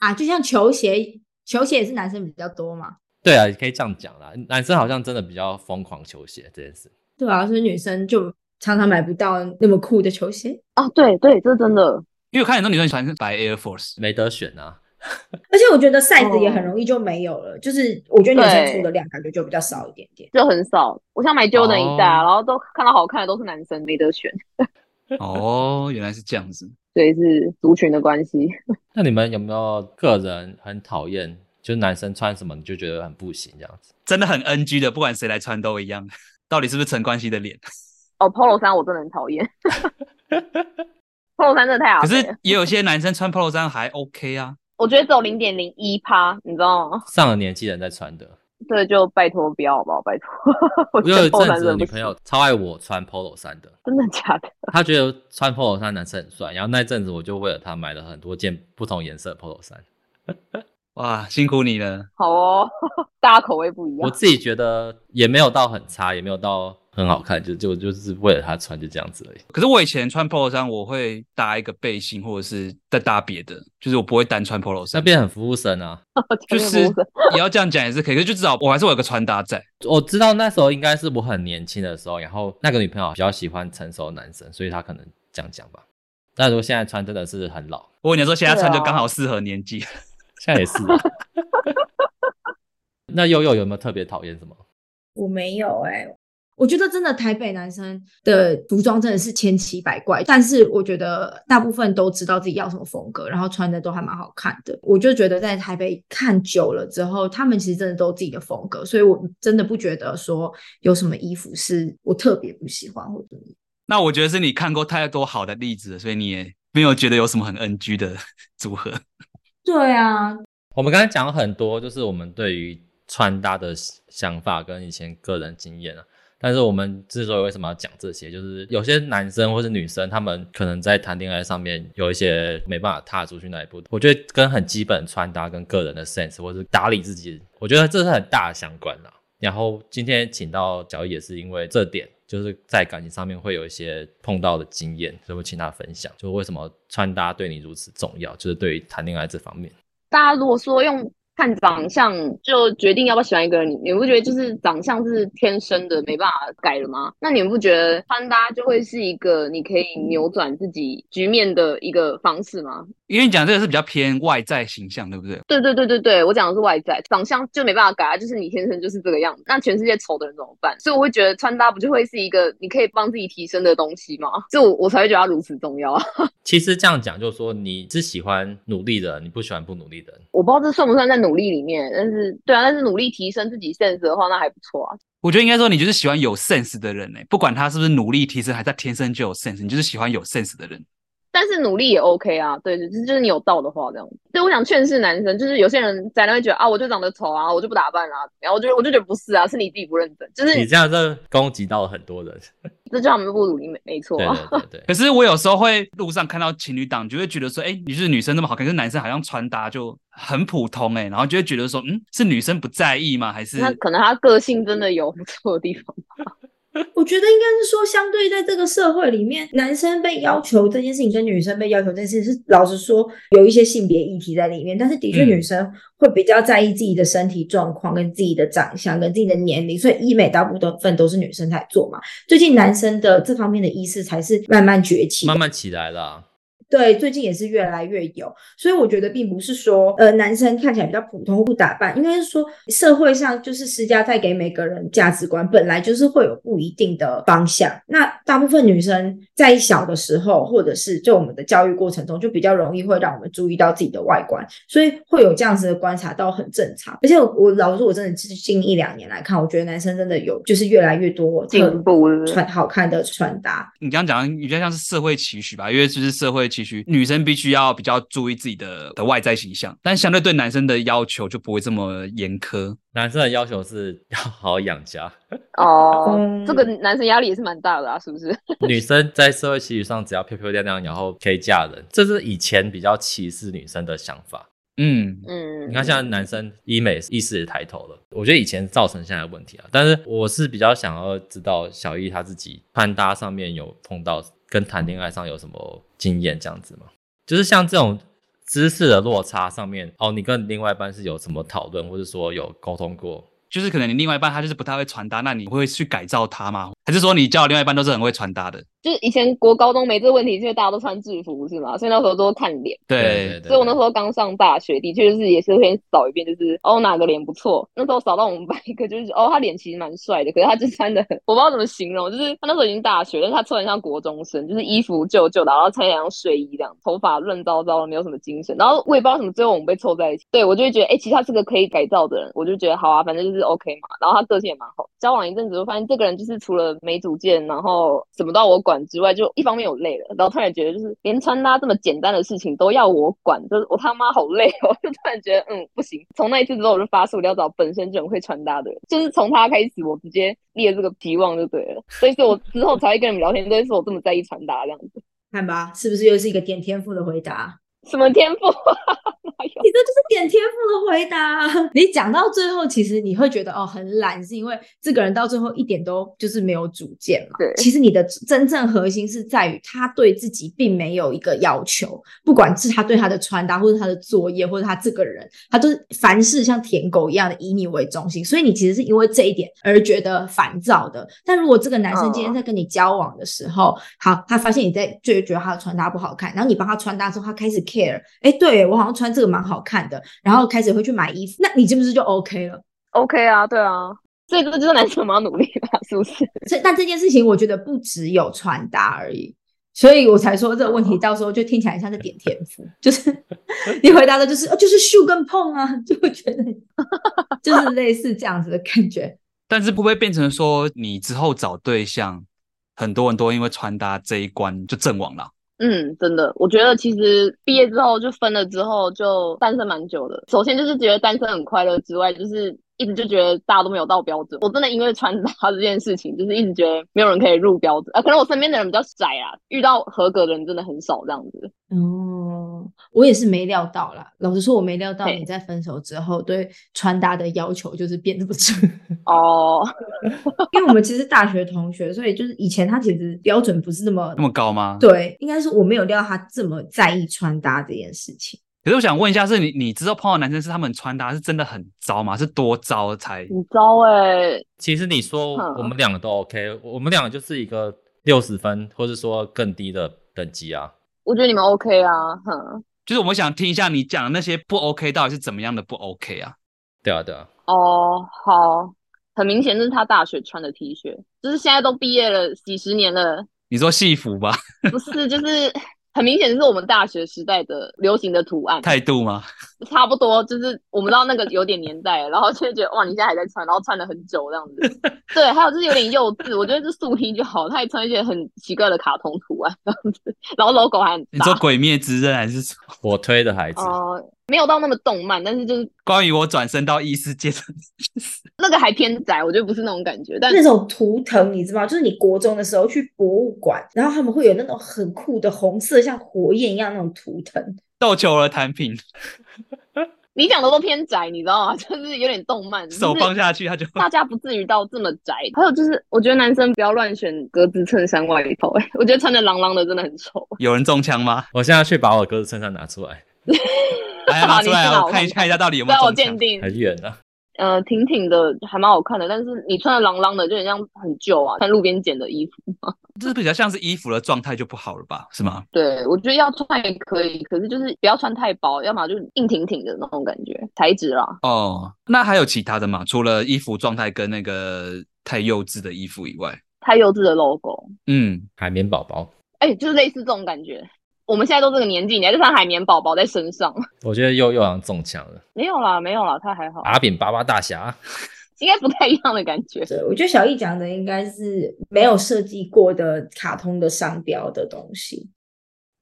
S1: 啊，就像球鞋，球鞋也是男生比较多嘛。
S3: 对啊，也可以这样讲啦。男生好像真的比较疯狂球鞋这件事。
S1: 对啊，所以女生就常常买不到那么酷的球鞋，
S4: 啊，对对，这真的
S2: 因为我看很多女生喜欢白 Air Force，
S3: 没得选啊。
S1: 而且我觉得 size
S4: 哦
S1: 也很容易就没有了，就是我觉得女生
S4: 对
S1: 出的量感觉就比较少一点点。
S4: 就很少。我想买 Jordan
S3: 哦
S4: 一大，然后都看到好看的都是男生，没得选，
S2: 哦，原来是这样子。
S4: 所以是族群的关系。
S3: 那你们有没有个人很讨厌，就是男生穿什么你就觉得很不行这样子？
S2: 真的很 NG 的，不管谁来穿都一样。到底是不是陈冠希的脸？
S4: 哦，Polo 衫我真的很讨厌，Polo 衫真的太好
S2: 可
S4: 了。
S2: 是也有些男生穿 polo 衫还 OK 啊。
S4: 我觉得只有零点零一趴，你知道吗？
S3: 上了年纪人在穿的。
S4: 对，就拜托不要好不好？拜托，我
S3: 我
S4: 觉
S3: 有
S4: 得
S3: 一
S4: Polo
S3: 阵
S4: 衫
S3: 子
S4: 真的
S3: 的
S4: 不
S3: 女
S4: 行
S3: 朋友超爱我穿 polo 衫的，
S4: 真的假的？
S3: 她觉得穿 polo 衫男生很帅，然后那一阵子我就为了她买了很多件不同颜色的 polo 衫。
S2: 哇，辛苦你了。
S4: 好哦， 大家口味不一
S3: 我
S4: 样。
S3: 自己觉得也没有到很差，也没有到很好看，就就就是为了她穿就这样子而已。
S2: 可是我以前穿 polo 衫，我会搭一个背心，或者是再搭别的，就是我不会单穿 polo
S3: 那
S2: 衫。
S3: 边很服务生啊，
S4: 我
S2: 就
S4: 前面
S2: 是
S4: 不是
S2: 也要这样讲也是可以，可是就至少我还是会有个穿搭在。
S3: 我知道那时候应该是我很年轻的时候，然后那个女朋友比较喜欢成熟的男生，所以她可能这样讲吧。但如果现在穿真的是很老，
S2: 我跟你说，现在
S4: 对啊
S2: 穿就刚好适合年纪。
S3: 现在也是、啊。那悠悠有没有特别讨厌什么？
S1: 我没有哎、我觉得真的台北男生的服装真的是千奇百怪，但是我觉得大部分都知道自己要什么风格，然后穿的都还蛮好看的。我就觉得在台北看久了之后，他们其实真的都有自己的风格，所以我真的不觉得说有什么衣服是我特别不喜欢或者
S2: 那我觉得是你看过太多好的例子了，所以你也没有觉得有什么很 NG 的 组合。
S1: 对啊，
S3: 我们刚才讲了很多，就是我们对于穿搭的想法跟以前个人经验啊。但是我们之所以为什么要讲这些，就是有些男生或是女生，他们可能在谈恋爱上面有一些没办法踏出去那一步。我觉得跟很基本的穿搭、跟个人的 sense 或是打理自己，我觉得这是很大的相关啦。然后今天请到小易也是因为这点，就是在感情上面会有一些碰到的经验，所以我请他分享，就是为什么穿搭对你如此重要，就是对于谈恋爱这方面。
S4: 大家如果说用看长相就决定要不要喜欢一个人，你你们不觉得就是长相是天生的没办法改了吗？那你们不觉得穿搭就会是一个你可以扭转自己局面的一个方式吗？
S2: 因为你讲这个是比较偏外在形象，对不对？
S4: 对对对对对，我讲的是外在，长相就没办法改啊，就是你天生就是这个样子。那全世界丑的人怎么办？所以我会觉得穿搭不就会是一个你可以帮自己提升的东西吗？所以我我才会觉得它如此重要啊！
S3: 其实这样讲，就是说你是喜欢努力的人，你不喜欢不努力的人。
S4: 我不知道这算不算在努力里面，但是对啊，但是努力提升自己 sense 的话，那还不错啊。
S2: 我觉得应该说你就是喜欢有 sense 的人呢、欸不管他是不是努力提升，还是他天生就有 sense，你就是喜欢有 sense 的人。
S4: 但是努力也 OK 啊，对，就是就是你有道的话这样。所以我想劝世男生，就是有些人宅男会觉得啊，我就长得丑啊，我就不打扮啊，然后我就我就觉得不是啊，是你自己不认真，就是
S3: 你这样就攻击到了很多人。
S4: 这就他们不努力没没错
S3: 对
S4: 啊。
S3: 对对对
S2: 可，是我有时候会路上看到情侣档，就会觉得说，哎、你是女生那么好看，可是男生好像穿搭就很普通、欸，哎，然后就会觉得说，嗯，是女生不在意吗？还是
S4: 那可能他个性真的有不错的地方。
S1: 我觉得应该是说，相对在这个社会里面，男生被要求这件事情跟女生被要求这件事情是，老实说有一些性别议题在里面。但是的确，
S2: 嗯
S1: 女生会比较在意自己的身体状况、跟自己的长相、跟自己的年龄，所以医美大部分都是女生在做嘛。最近男生的这方面的意识才是慢慢崛起的
S3: 慢慢起来了啊。
S1: 对，最近也是越来越有，所以我觉得并不是说，呃，男生看起来比较普通不打扮，应该是说社会上就是施加在给每个人价值观，本来就是会有不一定的方向。那大部分女生在小的时候，或者是就我们的教育过程中，就比较容易会让我们注意到自己的外观，所以会有这样子的观察到很正常。而且我我老实说，我真的是近一两年来看，我觉得男生真的有就是越来越多
S4: 进
S1: 特
S4: 步是不是
S1: 穿好看的穿搭，
S2: 你刚刚讲，你觉得像是社会期许吧？因为就是社会期期许女生必须要比较注意自己的的外在形象，但相对对男生的要求就不会这么严苛。
S3: 男生的要求是要好好养家，
S4: 哦
S1: 嗯
S4: 这个男生压力也是蛮大的啊，是不是？
S3: 女生在社会期许上只要漂漂亮亮，然后可以嫁人，这是以前比较歧视女生的想法。
S2: 嗯，
S4: 嗯，
S3: 你看，现在男生医美意识也抬头了，我觉得以前造成现在的问题啊。但是我是比较想要知道小易他自己穿搭上面有碰到跟谈恋爱上有什么经验这样子吗？就是像这种知识的落差上面，哦，你跟另外一半是有什么讨论，或者说有沟通过？
S2: 就是可能你另外一半他就是不太会穿搭，那你会去改造他吗？还是说你交的另外一半都是很会穿搭的？
S4: 就是以前国高中没这个问题，因为大家都穿制服是吗？所以那时候都看脸。
S2: 对，
S3: 对
S4: 所以我那时候刚上大学，的确就是也是会扫一遍，就是哦哪个脸不错。那时候扫到我们班一个，就是哦他脸其实蛮帅的，可是他就穿的很， 我不知道怎么形容，就是他那时候已经大学，但是他穿的像国中生，就是衣服旧旧的，然后穿的像睡衣这样，头发乱糟糟的，没有什么精神。然后我也不知道为什么，最后我们被凑在一起。对我就会觉得，哎、其实他是个可以改造的人，我就觉得好啊，反正就是 OK 嘛。然后他个性也蛮好，交往一阵子，我发现这个人就是除了没主见，然后什么都要我管之外，就一方面我累了，然后突然觉得就是连穿搭这么简单的事情都要我管，就是我他妈好累哦， 我就突然觉得嗯不行。从那一次之后，我就发誓我要找本身就很会穿搭的人，就是从他开始，我直接列这个期望就对了。所以说我之后才会跟你们聊天，所以说我这么在意穿搭这样子，
S1: 看吧，是不是又是一个点天赋的回答？
S4: 什么天赋、啊？哪有？
S1: 你这就是点天赋的回答。啊 你讲到最后，其实你会觉得哦很懒，是因为这个人到最后一点都就是没有主见嘛。
S4: 对
S1: 其实你的真正核心是在于他对自己并没有一个要求，不管是他对他的穿搭，或者他的作业，或者他这个人，他都是凡事像舔狗一样的以你为中心。所以你其实是因为这一点而觉得烦躁的。但如果这个男生今天
S4: 嗯
S1: 在跟你交往的时候，好，他发现你在就觉得他的穿搭不好看，然后你帮他穿搭之后，他开始 care，哎，对我好像穿这个蛮好看的，然后开始会去买衣服，那你是不是就 OK 了？
S4: OK 啊，对啊， 所以这就是男生我们要努力吧，是不是？
S1: 所以，但这件事情我觉得不只有穿搭而已，所以我才说这个问题到时候就听起来像是点天赋， 就是你回答的就是、哦、就是 shoe 跟碰啊， 就会觉得就是类似这样子的感觉。
S2: 但是会不会变成说你之后找对象，很多人都因为穿搭这一关就阵亡了？
S4: 嗯，真的，我觉得其实毕业之后就分了之后就单身蛮久的。首先就是觉得单身很快乐之外，就是一直就觉得大家都没有到标准。我真的因为穿搭这件事情，就是一直觉得没有人可以入标准。啊，可能我身边的人比较窄啊，遇到合格的人真的很少这样子。
S1: 哦，我也是没料到啦。老实说，我没料到
S4: 嘿
S1: 你在分手之后对穿搭的要求就是变这么重。
S4: 哦，
S1: 因为我们其实大学同学，所以就是以前他其实标准不是那么
S2: 那么高吗？。
S1: 对，应该是我没有料到他这么在意穿搭这件事情。
S2: 可是我想问一下，是你你知道碰到的男生是他们穿搭是真的很糟吗？是多糟才？
S4: 很糟哎、
S3: 其实你说
S4: 嗯
S3: 我们两个都 OK，我们两个就是一个六十分，或是说更低的等级啊。
S4: 我觉得你们 OK 啊，哼，
S2: 就是我们想听一下你讲的那些不 OK 到底是怎么样的不 OK 啊？
S3: 对啊，对啊，
S4: 哦，好，很明显这是他大学穿的 T 恤，就是现在都毕业了几十年了。
S2: 你说戏服吧，
S4: 不是，就是很明显是我们大学时代的流行的图案，
S2: 态度吗？
S4: 差不多就是我们到那个有点年代了，然后就会觉得哇，你现在还在穿，然后穿了很久这样子。对，还有就是有点幼稚，我觉得这素衣就好，他也穿一些很奇怪的卡通图案这样子，然后 logo 还很
S2: 你
S4: 大
S2: 说。《鬼灭之刃》还是什么
S3: 我推的孩子，
S4: 哦、没有到那么动漫，但是就是
S2: 关于我转身到异世界的？
S4: 那个还偏窄，我觉得不是那种感觉，但
S1: 那种图腾，你知道吗？就是你国中的时候去博物馆，然后他们会有那种很酷的红色，像火焰一样那种图腾。
S2: 斗球儿弹屏，
S4: 你讲的都偏窄，你知道吗？ 就是有点动漫，
S2: 手
S4: 就是
S2: 放下去他就
S4: 大家不至于到这么宅。还有就是，我觉得男生不要乱选格子衬衫外套、欸，我觉得穿的朗朗的真的很丑。
S2: 有人中枪吗？
S3: 我现在去把我鸽子衬衫拿出来，
S2: 来拿出来
S4: 你知
S2: 啊，
S4: 道
S2: 我看一看一下到底有没
S4: 虽
S2: 有
S4: 然我
S2: 中
S4: 鉴
S2: 枪。
S4: 定，
S3: 很远啊。
S4: 呃，挺挺的还蛮好看的，但是你穿的朗朗的就很像很旧啊，穿路边捡的衣服。
S2: 这比较像是衣服的状态就不好了吧？是吗？
S4: 对，我觉得要穿也可以，可是就是不要穿太薄，要么就是硬挺挺的那种感觉，材质啦。
S2: 哦，那还有其他的吗？除了衣服状态跟那个太幼稚的衣服以外，
S4: 太幼稚的 logo，
S2: 嗯，
S3: 海绵宝宝，
S4: 哎、就是类似这种感觉。我们现在都这个年纪，你还是穿海绵宝宝在身上？
S3: 我觉得又又好像中枪了。
S4: 没有啦，没有啦，他还好，
S2: 啊
S3: 阿扁巴巴大侠，
S4: 应该不太一样的感觉。
S1: 对，我觉得小易讲的应该是没有设计过的卡通的商标的东西。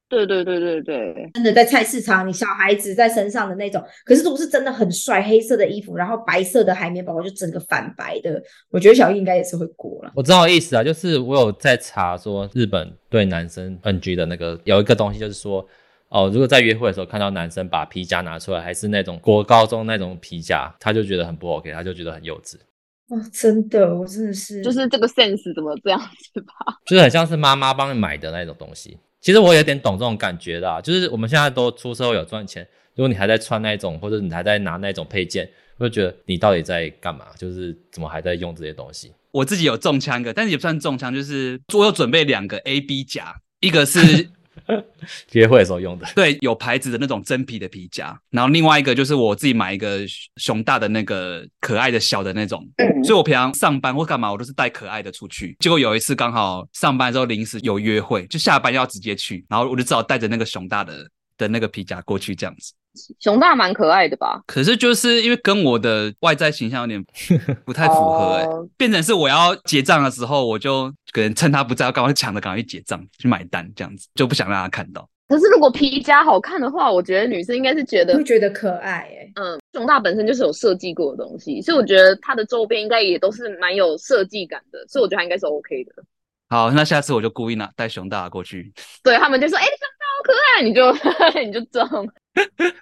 S4: 对对对对对，
S5: 真的在菜市场，你小孩子在身上的那种。可是如果是真的很帅，黑色的衣服，然后白色的海绵宝宝就整个反白的，我觉得小易应该也是会过了。
S3: 我知道意思啊，就是我有在查说日本对男生 NG 的那个有一个东西，就是说哦，如果在约会的时候看到男生把皮夹拿出来，还是那种国高中那种皮夹，他就觉得很不 OK，他就觉得很幼稚，
S5: 哦，真的，我真的是，
S4: 就是这个 sense 怎么这样子吧？
S3: 就是很像是妈妈帮你买的那种东西。其实我有点懂这种感觉啦，就是我们现在都出社会有赚钱，如果你还在穿那种，或者你还在拿那种配件，我就觉得你到底在干嘛？就是怎么还在用这些东西？
S2: 我自己有中枪一个，但是也不算中枪，就是我有准备两个 A、B 夹，一个是
S3: 约会的时候用的。
S2: 对有牌子的那种真皮的皮夹，然后另外一个就是我自己买一个熊大的那个可爱的小的那种，所以我平常上班或干嘛我都是带可爱的出去。结果有一次刚好上班之后临时有约会，就下班要直接去，然后我就只好带着那个熊大的的那个皮夹过去这样子。
S4: 熊大蛮可爱的吧？
S2: 可是就是因为跟我的外在形象有点不太符合、欸，
S4: 哦
S2: 变成是我要结账的时候，我就可能趁他不在，我赶快抢着赶快去结账去买单这样子，就不想让他看到。
S4: 可是如果皮夹好看的话，我觉得女生应该是觉得
S5: 会觉得可爱哎、
S4: 嗯，熊大本身就是有设计过的东西，所以我觉得它的周边应该也都是蛮有设计感的，所以我觉得它应该是 OK 的。
S2: 好，那下次我就故意拿带熊大过去。
S4: 对他们就说：“哎、熊大好可爱！”你就 你就中。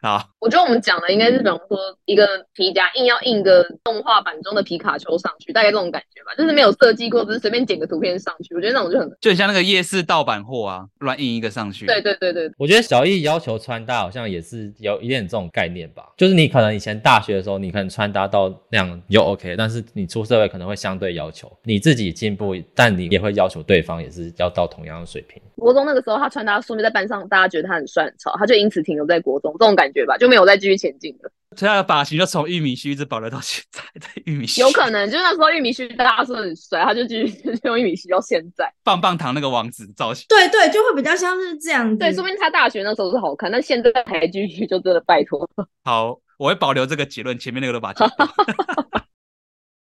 S2: 好，
S4: 我觉得我们讲的应该是，比方说一个皮夹硬要印个动画版中的皮卡丘上去，大概这种感觉吧，就是没有设计过，只是随便剪个图片上去。我觉得那种就很
S2: 就很像那个夜市盗版货啊，乱印一个上去。
S4: 对对对对，
S3: 我觉得小易要求穿搭好像也是有一点这种概念吧，就是你可能以前大学的时候，你可能穿搭到那样你就 OK，但是你出社会可能会相对要求你自己进步，但你也会要求对方也是要到同样的水平。
S4: 国中那个时候他穿搭说明在班上大家觉得他很帅很潮，他就因此停留在国中这种感觉吧，就没有再继续前进了。
S2: 所以他的发型就从玉米须一直保留到现在的玉米须。
S4: 有可能就是那时候玉米须大家说很帅，他就继续 用玉米须到现在。
S2: 棒棒糖那个王子造型。
S5: 对对，就会比较像是这样子。
S4: 对，说明他大学那时候是好看，但现在还继续就真的拜托。
S2: 好，我会保留这个结论，前面那个都把它剪掉。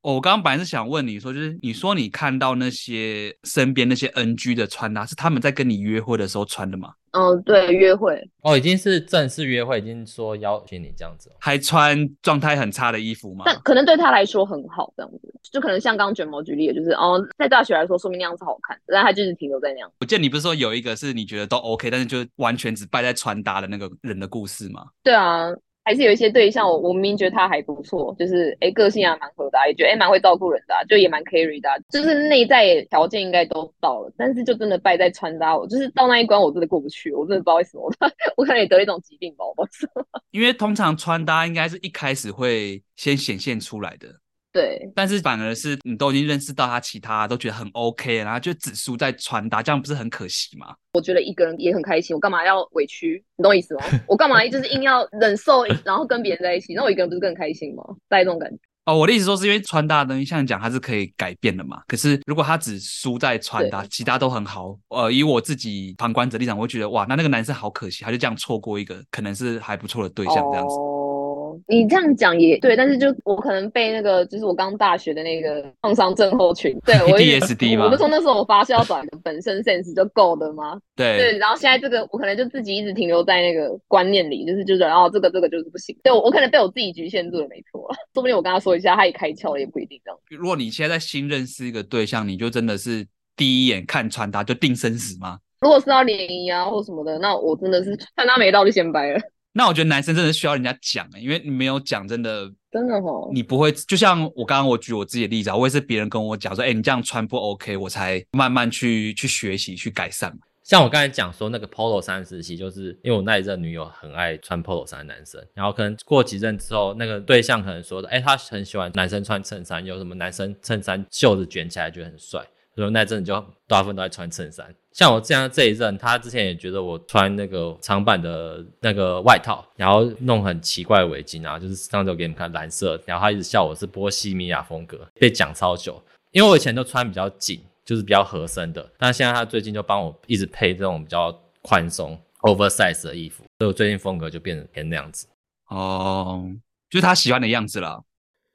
S2: 哦我刚刚本来是想问你说，就是你说你看到那些身边那些 NG 的穿搭，是他们在跟你约会的时候穿的吗？
S4: 嗯，对，约 会
S3: 哦，已经是正式约会，已经说邀请你这样子哦、
S2: 还穿状态很差的衣服吗？
S4: 但可能对他来说很好，这样子就可能像刚刚卷毛举例的，就是哦，在大学来说，说明那样子好看，但他就是停留在那样。
S2: 我记得你不是说有一个是你觉得都 OK，但是就完全只败在穿搭的那个人的故事吗？
S4: 对啊，还是有一些对象，我我明明觉得他还不错，就是哎个性啊蛮合的、啊，也觉得哎蛮会照顾人的、啊，就也蛮 carry 的、啊，就是内在条件应该都到了，但是就真的败在穿搭，我就是到那一关我真的过不去，我真的不知道为什么， 我我可能也得了一种疾病吧，我不知道。
S2: 因为通常穿搭应该是一开始会先显现出来的，
S4: 对，
S2: 但是反而是你都已经认识到他其他都觉得很 OK，然后就只输在穿搭，这样不是很可惜吗？
S4: 我觉得一个人也很开心，我干嘛要委屈？你懂我意思吗？我干嘛就是硬要忍受，然后跟别人在一起？那我一个人不是更开心吗？带这种感觉。
S2: 哦，我的意思说是因为穿搭的东西，像你讲它是可以改变的嘛。可是如果他只输在穿搭，其他都很好，呃，以我自己旁观者立场，我会觉得哇，那那个男生好可惜，他就这样错过一个可能是还不错的对象这样子。
S4: 哦，你这样讲也对，但是就我可能被那个，就是我刚大学的那个创伤症候群，对 我也
S2: PTSD 吗
S4: 我不是说那时候我发誓要找一个本身 sense 就够的吗？
S2: 对
S4: 对，然后现在这个我可能就自己一直停留在那个观念里，就是就是，然后这个这个就是不行。对我我可能被我自己局限住了，没错。 说不定我跟他说一下，他也开窍了，也不一定这样。
S2: 如果你现在在新认识一个对象，你就真的是第一眼看穿搭就定生死吗？
S4: 如果是要联谊啊或什么的，那我真的是看他没到就先掰了，
S2: 那我觉得男生真的需要人家讲、欸，因为你没有讲，真的
S4: 真的哦。
S2: 你不会。就像我刚刚我举我自己的例子啊，我也是别人跟我讲说，哎、你这样穿不 OK，我才慢慢去去学习去改善嘛。
S3: 像我刚才讲说那个 polo 衫时期，就是因为我那一阵女友很爱穿 polo 衫的男生，然后可能过几阵之后，那个对象可能说的，哎、他很喜欢男生穿衬衫，有什么男生衬衫袖子卷起来觉得很帅，所以那阵就大部分都在穿衬衫。像我这样这一阵，他之前也觉得我穿那个长版的那个外套，然后弄很奇怪的围巾啊，就是上次我给你们看蓝色，然后他一直笑我是波西米亚风格，被讲超久。因为我以前都穿比较紧，就是比较合身的，但现在他最近就帮我一直配这种比较宽松 oversize 的衣服，所以我最近风格就变成偏那样子。
S2: 哦，就是他喜欢的样子啦。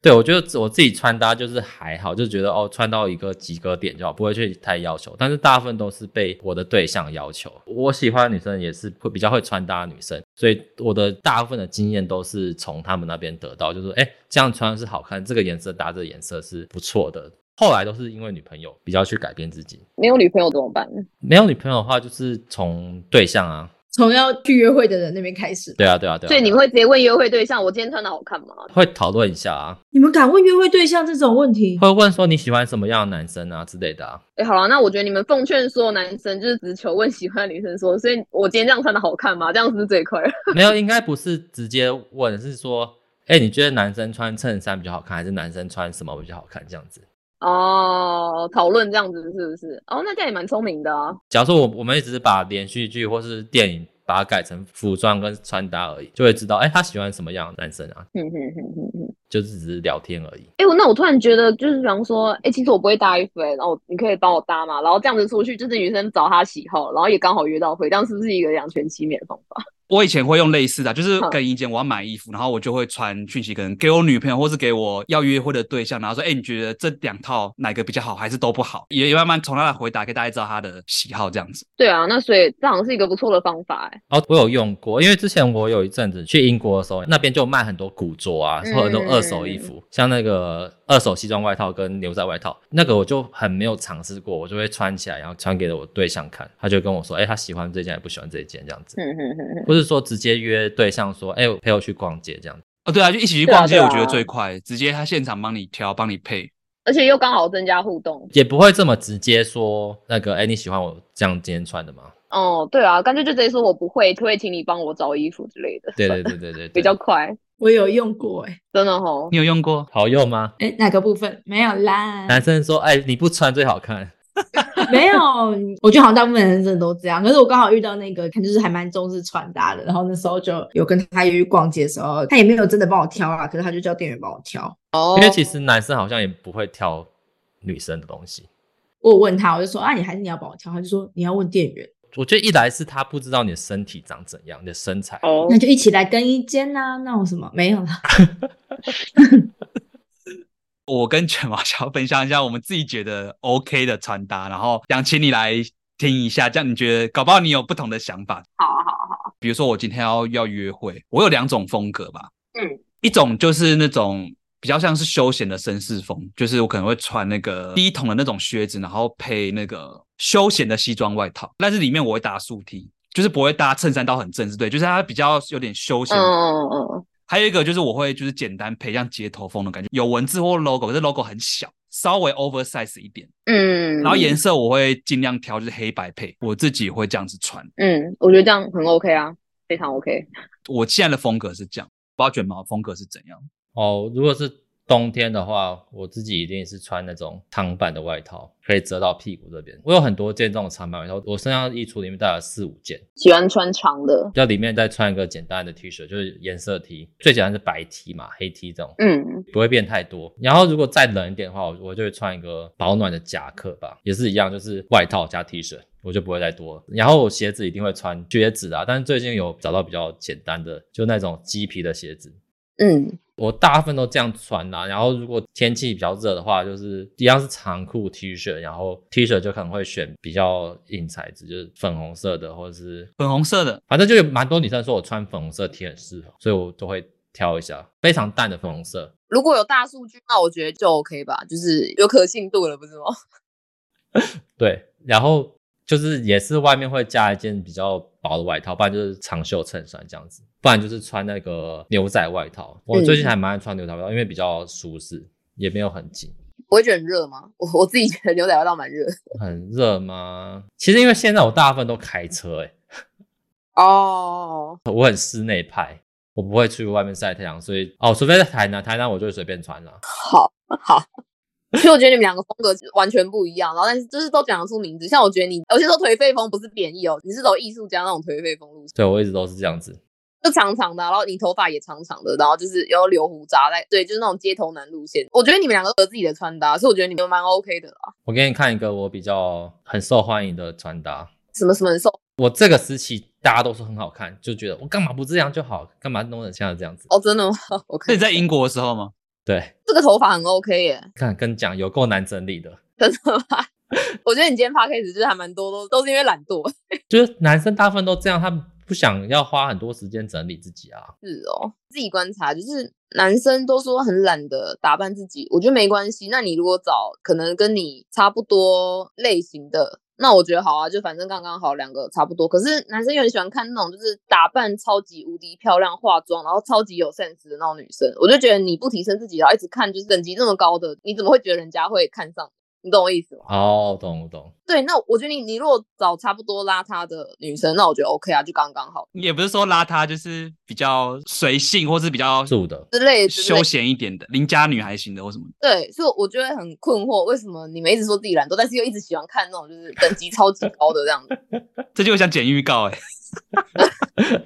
S3: 对我觉得我自己穿搭就是还好，就觉得哦穿到一个及格点就好，不会去太要求。但是大部分都是被我的对象要求。我喜欢的女生也是会比较会穿搭的女生，所以我的大部分的经验都是从他们那边得到，就是哎这样穿是好看，这个颜色搭这个颜色是不错的。后来都是因为女朋友比较去改变自己，
S4: 没有女朋友怎么办？
S3: 没有女朋友的话就是从对象啊，
S1: 从要去约会的人那边开始。
S3: 对啊对啊对啊，
S4: 所以你们会直接问约会对象：“我今天穿的好看吗
S3: 会讨论一下啊，
S1: 你们敢问约会对象这种问题？
S3: 会问说你喜欢什么样的男生啊之类的啊。？”
S4: 哎、好了，那我觉得你们奉劝所有男生，就是只求问喜欢的女生说：“所以我今天这样穿的好看吗？”这样是不是最快？
S3: 没有，应该不是直接问，是说，哎、你觉得男生穿衬衫比较好看，还是男生穿什么比较好看？这样子。
S4: 哦，讨论这样子是不是？哦，那这样也蛮聪明的啊。
S3: 假如说我我们一直把连续剧或是电影把它改成服装跟穿搭而已，就会知道，哎、他喜欢什么样的男生啊，
S4: 哼哼哼哼哼。
S3: 就是只是聊天而已。
S4: 哎、我那我突然觉得，就是比方说，哎、其实我不会搭衣服、欸，然后你可以帮我搭嘛，然后这样子出去，就是女生找她喜好，然后也刚好约到会，这样是不是一个两全其美的方法？
S2: 我以前会用类似的，啊就是跟以前我要买衣服，然后我就会传讯息，可能给我女朋友或是给我要约会的对象，然后说，哎、你觉得这两套哪个比较好，还是都不好？也也慢慢从他的回答，给大家知道他的喜好这样子。
S4: 对啊，那所以这好像是一个不错的方法、欸，
S3: 哦，我有用过，因为之前我有一阵子去英国的时候，那边就卖很多古着啊，
S4: 嗯
S3: 或者很多二手衣服，像那个二手西装外套跟牛仔外套，那个我就很没有尝试过，我就会穿起来，然后穿给我对象看，他就跟我说，哎、他喜欢这件，也不喜欢这一件，这样子。
S4: 嗯哼哼哼，
S3: 不是说直接约对象说，哎、陪我去逛街这样。
S2: 哦，对啊，就一起去逛街，
S4: 对啊
S2: 我
S4: 对啊
S2: 觉得最快，直接他现场帮你挑，帮你配。
S4: 而且又刚好增加互动。
S3: 也不会这么直接说那个，哎、你喜欢我这样今天穿的吗？
S4: 哦，对啊，干脆就直接说我不会，可不可以请你帮我找衣服之类的，
S3: 对对对对对对，
S4: 比较快，
S1: 我有用过哎、
S4: 真的哦吼。
S2: 你有用过？
S3: 好用吗？
S1: 哎、哪个部分没有 啦？
S3: 男生说，哎、你不穿最好看，
S1: 没有，我觉得好像大部分人真的都这样。可是我刚好遇到那个，他就是还蛮重视穿搭的，然后那时候就有跟他约去逛街的时候，他也没有真的帮我挑啊，可是他就叫店员帮我挑。
S4: 哦
S3: 因为其实男生好像也不会挑女生的东西。
S1: 我有问他，我就说啊，你还是你要帮我挑，他就说你要问店员，
S3: 我觉得一来是他不知道你的身体长怎样，你的身材。
S4: 哦
S1: 那，就一起来更衣间呐、那我什么没有啦。
S2: 我跟卷毛想要分享一下我们自己觉得 OK 的穿搭，然后想请你来听一下，这样你觉得搞不好你有不同的想法。
S4: 好啊好啊好啊，
S2: 比如说我今天要要约会，我有两种风格吧，
S4: 嗯，
S2: 一种就是那种比较像是休闲的绅士风，就是我可能会穿那个低筒的那种靴子，然后配那个休闲的西装外套，但是里面我会搭竖 T，就是不会搭衬衫到很正式，对，就是它比较有点休闲
S4: 嗯嗯嗯嗯，
S2: 还有一个就是我会就是简单配像街头风的感觉，有文字或 logo，可是 logo 很小，稍微 oversize 一点。
S4: 嗯，
S2: 然后颜色我会尽量挑就是黑白配，我自己会这样子穿。
S4: 嗯，我觉得这样很 OK 啊，非常 OK。
S2: 我现在的风格是这样，不知道卷毛的风格是怎样。
S3: 哦，如果是冬天的话，我自己一定是穿那种长版的外套，可以遮到屁股这边。我有很多件这种长版外套，我身上衣橱里面大概有四五件。
S4: 喜欢穿长的，
S3: 要里面再穿一个简单的 T 恤，就是颜色 T，最简单是白 T 嘛，黑 T 这种，
S4: 嗯，
S3: 不会变太多。然后如果再冷一点的话，我我就会穿一个保暖的夹克吧，也是一样，就是外套加 T 恤，我就不会再多了。然后我鞋子一定会穿靴子啊，但是最近有找到比较简单的，就那种鸡皮的鞋子。
S4: 嗯，
S3: 我大部分都这样穿啦、然后如果天气比较热的话，就是一样是长裤 T 恤，然后 T 恤就可能会选比较硬材质，就是粉红色的或者是
S2: 粉红色的，
S3: 反正就有蛮多女生说我穿粉红色 T 很适合，所以我都会挑一下非常淡的粉红色。
S4: 如果有大数据，那我觉得就 OK 吧，就是有可信度了，不 是吗？
S3: 对，然后就是也是外面会加一件比较薄的外套，不然就是长袖衬衫这样子，不然就是穿那个牛仔外套。我最近还蛮爱穿牛仔外套，因为比较舒适，也没有很紧。
S4: 不会觉得很热吗？我我自己觉得牛仔外套蛮热。
S3: 很热吗？其实因为现在我大部分都开车、欸，
S4: 哦，
S3: 我很室内派，我不会去外面晒太阳，所以哦，除非在台南，台南我就会随便穿啦。
S4: 好好。其实我觉得你们两个风格完全不一样，然后但是就是都讲得出名字。像我觉得你，我先说颓废风不是贬义哦，你是走艺术家那种颓废风路线，
S3: 对我一直都是这样子。
S4: 就长长的啊、然后你头发也长长的，然后就是有留胡渣在，对，就是那种街头男路线。我觉得你们两个有自己的穿搭，所以我觉得你们蛮 OK 的啦。
S3: 我给你看一个我比较很受欢迎的穿搭。
S4: 什么什么瘦
S3: 我这个时期大家都说很好看，就觉得我干嘛不这样就好，干嘛弄得像这样子？
S4: 哦，真的吗？我
S2: 是
S4: 看
S2: 你在英国的时候吗？
S3: 对，
S4: 这个头发很 OK 耶，
S3: 看跟你讲有够难整理的，
S4: 真的吗？ 我觉得你今天 p o d c a s 就是还蛮多都都是因为懒惰，
S3: 就是男生大部分都这样，他们不想要花很多时间整理自己啊。
S4: 是哦，自己观察，就是男生都说很懒得打扮自己，我觉得没关系。那你如果找可能跟你差不多类型的，那我觉得好啊，就反正刚刚好两个差不多。可是男生又很喜欢看那种就是打扮超级无敌漂亮、化妆然后超级有 sense 的那种女生，我就觉得你不提升自己，然后一直看就是等级那么高的，你怎么会觉得人家会看上你？你懂我意思吗？
S3: 哦，懂我懂，
S4: 对，那我觉得你你如果找差不多邋遢的女生，那我觉得 OK 啊，就刚刚好
S2: 也不是说邋遢，就是比较随性，或是比较
S3: 住的
S4: 之类之类
S2: 休闲一点的邻家女孩型的或什么的。
S4: 对，所以我就会很困惑，为什么你们一直说自己懒惰，但是又一直喜欢看那种就是等级超级高的这样子？
S2: 这就像剪预告哎、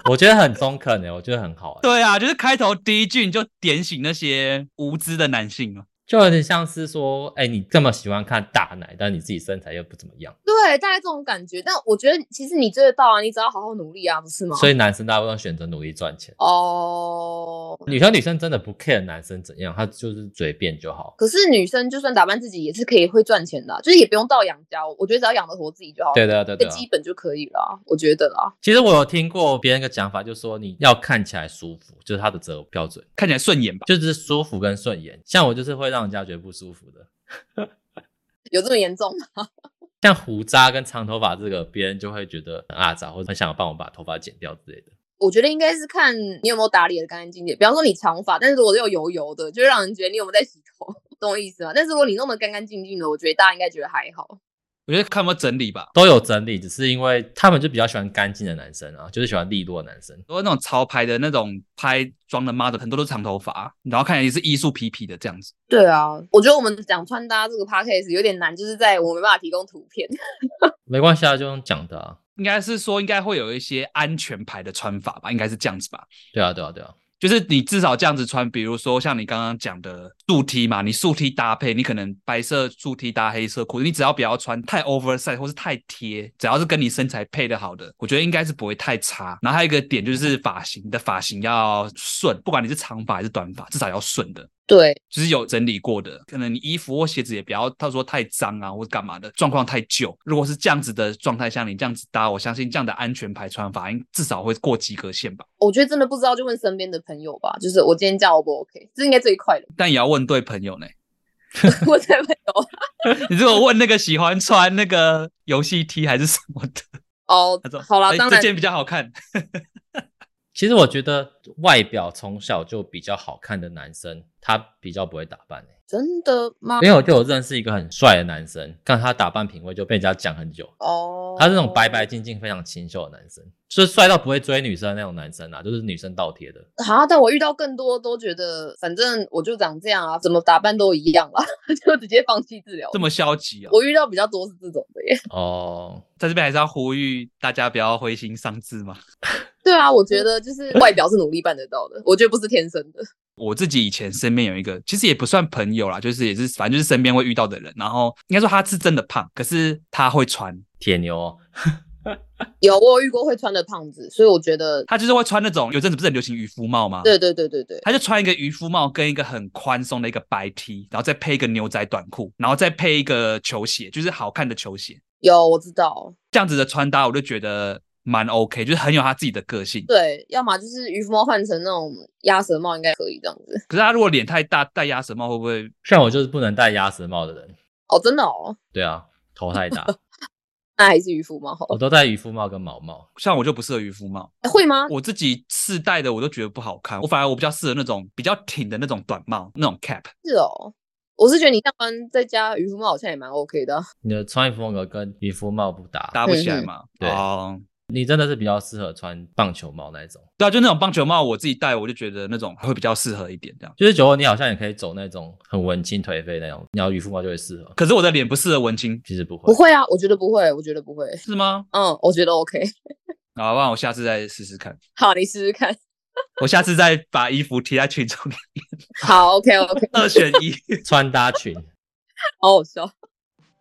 S3: 我觉得很中肯诶、我觉得很好、欸，，
S2: 对啊，就是开头第一句你就点醒那些无知的男性嘛。
S3: 就有点像是说，哎、你这么喜欢看大奶，但你自己身材又不怎么样，
S4: 对，大概这种感觉。但我觉得其实你追得到啊，你只要好好努力啊，不是吗？
S3: 所以男生大部分选择努力赚钱。
S4: 哦，
S3: 女生女生真的不 care 男生怎样，她就是随便就好。
S4: 可是女生就算打扮自己也是可以会赚钱的啊、就是也不用到养家，我觉得只要养得活自己就好，
S3: 对的对
S4: 最
S3: 的。
S4: 基本就可以了啊、我觉得啦。
S3: 其实我有听过别人一个讲法，就是说你要看起来舒服，就是他的择偶标准，
S2: 看起来顺眼吧？
S3: 就是舒服跟顺眼。像我就是会让人家觉得不舒服的，
S4: 有这么严重吗？
S3: 像胡渣跟长头发这个，别人就会觉得很阿杂，或者很想帮我把头发剪掉之类的。
S4: 我觉得应该是看你有没有打理的干干净净。比方说你长发，但是如果有油油的，就会让人觉得你有没有在洗头， 懂我意思吗？但是如果你弄得干干净净的，我觉得大家应该觉得还好。
S2: 我觉得看有没有整理吧。
S3: 都有整理，只是因为他们就比较喜欢干净的男生啊，就是喜欢利落的男生。
S2: 如果那种潮牌的那种拍妆的 model，很多都是长头发，啊然后看起来也是艺术皮皮的这样子。
S4: 对啊，我觉得我们讲穿搭这个 podcast 有点难，就是在我没办法提供图片。
S3: 没关系啊，就用讲的啊。
S2: 应该是说，应该会有一些安全牌的穿法吧，应该是这样子吧。
S3: 对啊，对啊，对啊，
S2: 就是你至少这样子穿，比如说像你刚刚讲的素 T 嘛，你素 T 搭配，你可能白色素 T 搭黑色裤子，你只要不要穿太 oversize 或是太贴，只要是跟你身材配的好的，我觉得应该是不会太差。然后还有一个点就是发型，你的发型要顺，不管你是长发还是短发，至少要顺的。
S4: 对，
S2: 就是有整理过的，可能你衣服或鞋子也不要到时候太脏啊，或者干嘛的，状况太旧。如果是这样子的状态下，你这样子搭，我相信这样的安全牌穿法应至少会过及格线吧。
S4: 我觉得真的不知道就问身边的朋友吧。就是我今天这样 O 不 OK？这应该最 快的。
S2: 但也要问对朋友呢。
S4: 我在朋友
S2: 你如果问那个喜欢穿那个游戏 T 还是什么的，
S4: 哦
S2: 他说，
S4: 好啦，
S2: 哎
S4: 当
S2: 这
S4: 然
S2: 件比较好看。
S3: 其实我觉得外表从小就比较好看的男生，他比较不会打扮、欸。
S4: 真的吗？
S3: 因为我就有认识一个很帅的男生，看他打扮品味就被人家讲很久。
S4: 哦，
S3: 他是那种白白净净、非常清秀的男生，就是帅到不会追女生的那种男生啊，就是女生倒贴的。
S4: 啊，但我遇到更多都觉得，反正我就长这样啊，怎么打扮都一样啦， 就直接放弃治疗。
S2: 这么消极啊、
S4: 我遇到比较多是这种的耶。
S3: 哦，
S2: 在这边还是要呼吁大家不要灰心丧志嘛。
S4: 对啊，我觉得就是外表是努力办得到的，我觉得不是天生的。
S2: 我自己以前身边有一个，其实也不算朋友啦，就是也是反正就是身边会遇到的人。然后应该说他是真的胖，可是他会穿，
S3: 铁牛哦，
S4: 有我有遇过会穿的胖子，所以我觉得，
S2: 他就是会穿那种有阵子不是很流行渔夫帽吗？
S4: 对对对对对，
S2: 他就穿一个渔夫帽跟一个很宽松的一个白 T，然后再配一个牛仔短裤，然后再配一个球鞋，就是好看的球鞋。
S4: 有我知道，
S2: 这样子的穿搭，我就觉得蛮 OK，就是很有他自己的个性。
S4: 对，要么就是渔夫帽换成那种鸭舌帽，应该可以这样子。
S2: 可是他如果脸太大，戴鸭舌帽会不会？
S3: 像我就是不能戴鸭舌帽的人。
S4: 哦，真的哦，
S3: 对啊，头太大，
S4: 那还是渔夫帽好
S3: 我都戴渔夫帽跟毛帽。
S2: 像我就不适合渔夫帽，
S4: 哎会吗？
S2: 我自己试戴的我都觉得不好看，我反而我比较适合那种比较挺的那种短帽，那种 cap。
S4: 是哦，我是觉得你上班在家渔夫帽好像也蛮 OK 的啊。
S3: 你的穿衣风格跟渔夫帽不搭，
S2: 搭不起来嘛？
S3: 嗯嗯
S2: 哦，
S3: 你真的是比较适合穿棒球帽那一种。
S2: 对啊，就那种棒球帽，我自己戴，我就觉得那种会比较适合一点这样。
S3: 就是九欧，你好像也可以走那种很文青颓废那种，你要渔夫帽就会适合。
S2: 可是我的脸不适合文青，
S3: 其实不会
S4: 不，会啊，我觉得不会，我觉得不会。
S2: 是吗？
S4: 嗯，我觉得 OK。
S2: 好，不然我下次再试试看，
S4: 好，你试试看。
S2: 我下次再把衣服贴在群众里，
S4: 好，OK OK，
S2: 二选一。
S3: 穿搭裙。
S4: 好好笑。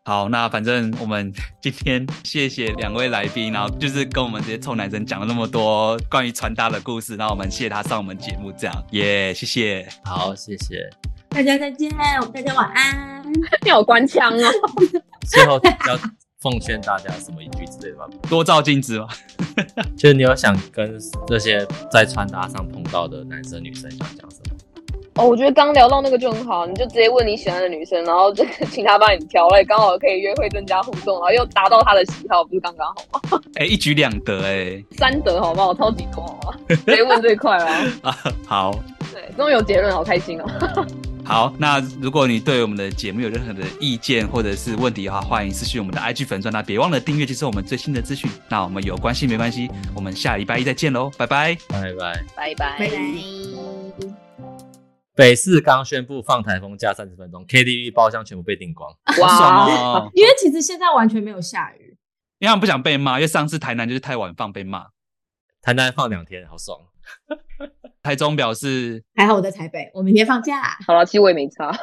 S2: 好，那反正我们今天谢谢两位来宾，然后就是跟我们这些臭男生讲了那么多关于穿搭的故事，然后我们谢谢他上我们节目，这样耶谢谢。
S3: 好，谢谢。
S1: 大家再见，大家晚安。
S4: 你好官腔哦。
S3: 最后要奉劝大家什么一句之类的吧？
S2: 多照镜子吧。
S3: 就是你有想跟这些在穿搭上碰到的男生女生想讲什么？
S4: 哦，我觉得刚聊到那个就很好，你就直接问你喜欢的女生，然后这个 请她帮你挑了，刚好可以约会增加互动，然后又达到她的喜好，不是刚刚好吗？
S2: 哎、一举两得哎、
S4: 三德好不好？超级多好吗？ 直接问最快啊！
S2: 啊，好。
S4: 对，终于有结论，好开心哦。
S2: 好，那如果你对我们的节目有任何的意见或者是问题的话，欢迎私讯我们的 IG 粉钻，那别忘了订阅，接收我们最新的资讯。那我们有关系没关系，我们下礼拜一再见喽，拜拜。
S3: 拜拜。
S4: 拜拜
S5: 拜拜。
S3: 北市刚宣布放台风假三十分钟，KTV 包厢全部被订光。
S2: 好爽哦！
S1: 因为其实现在完全没有下雨，
S2: 因为他们不想被骂，因为上次台南就是太晚放被骂。
S3: 台南放两天，好爽。
S2: 台中表示
S1: 还好我在台北，我明天放假。
S4: 好了，其实我也没差。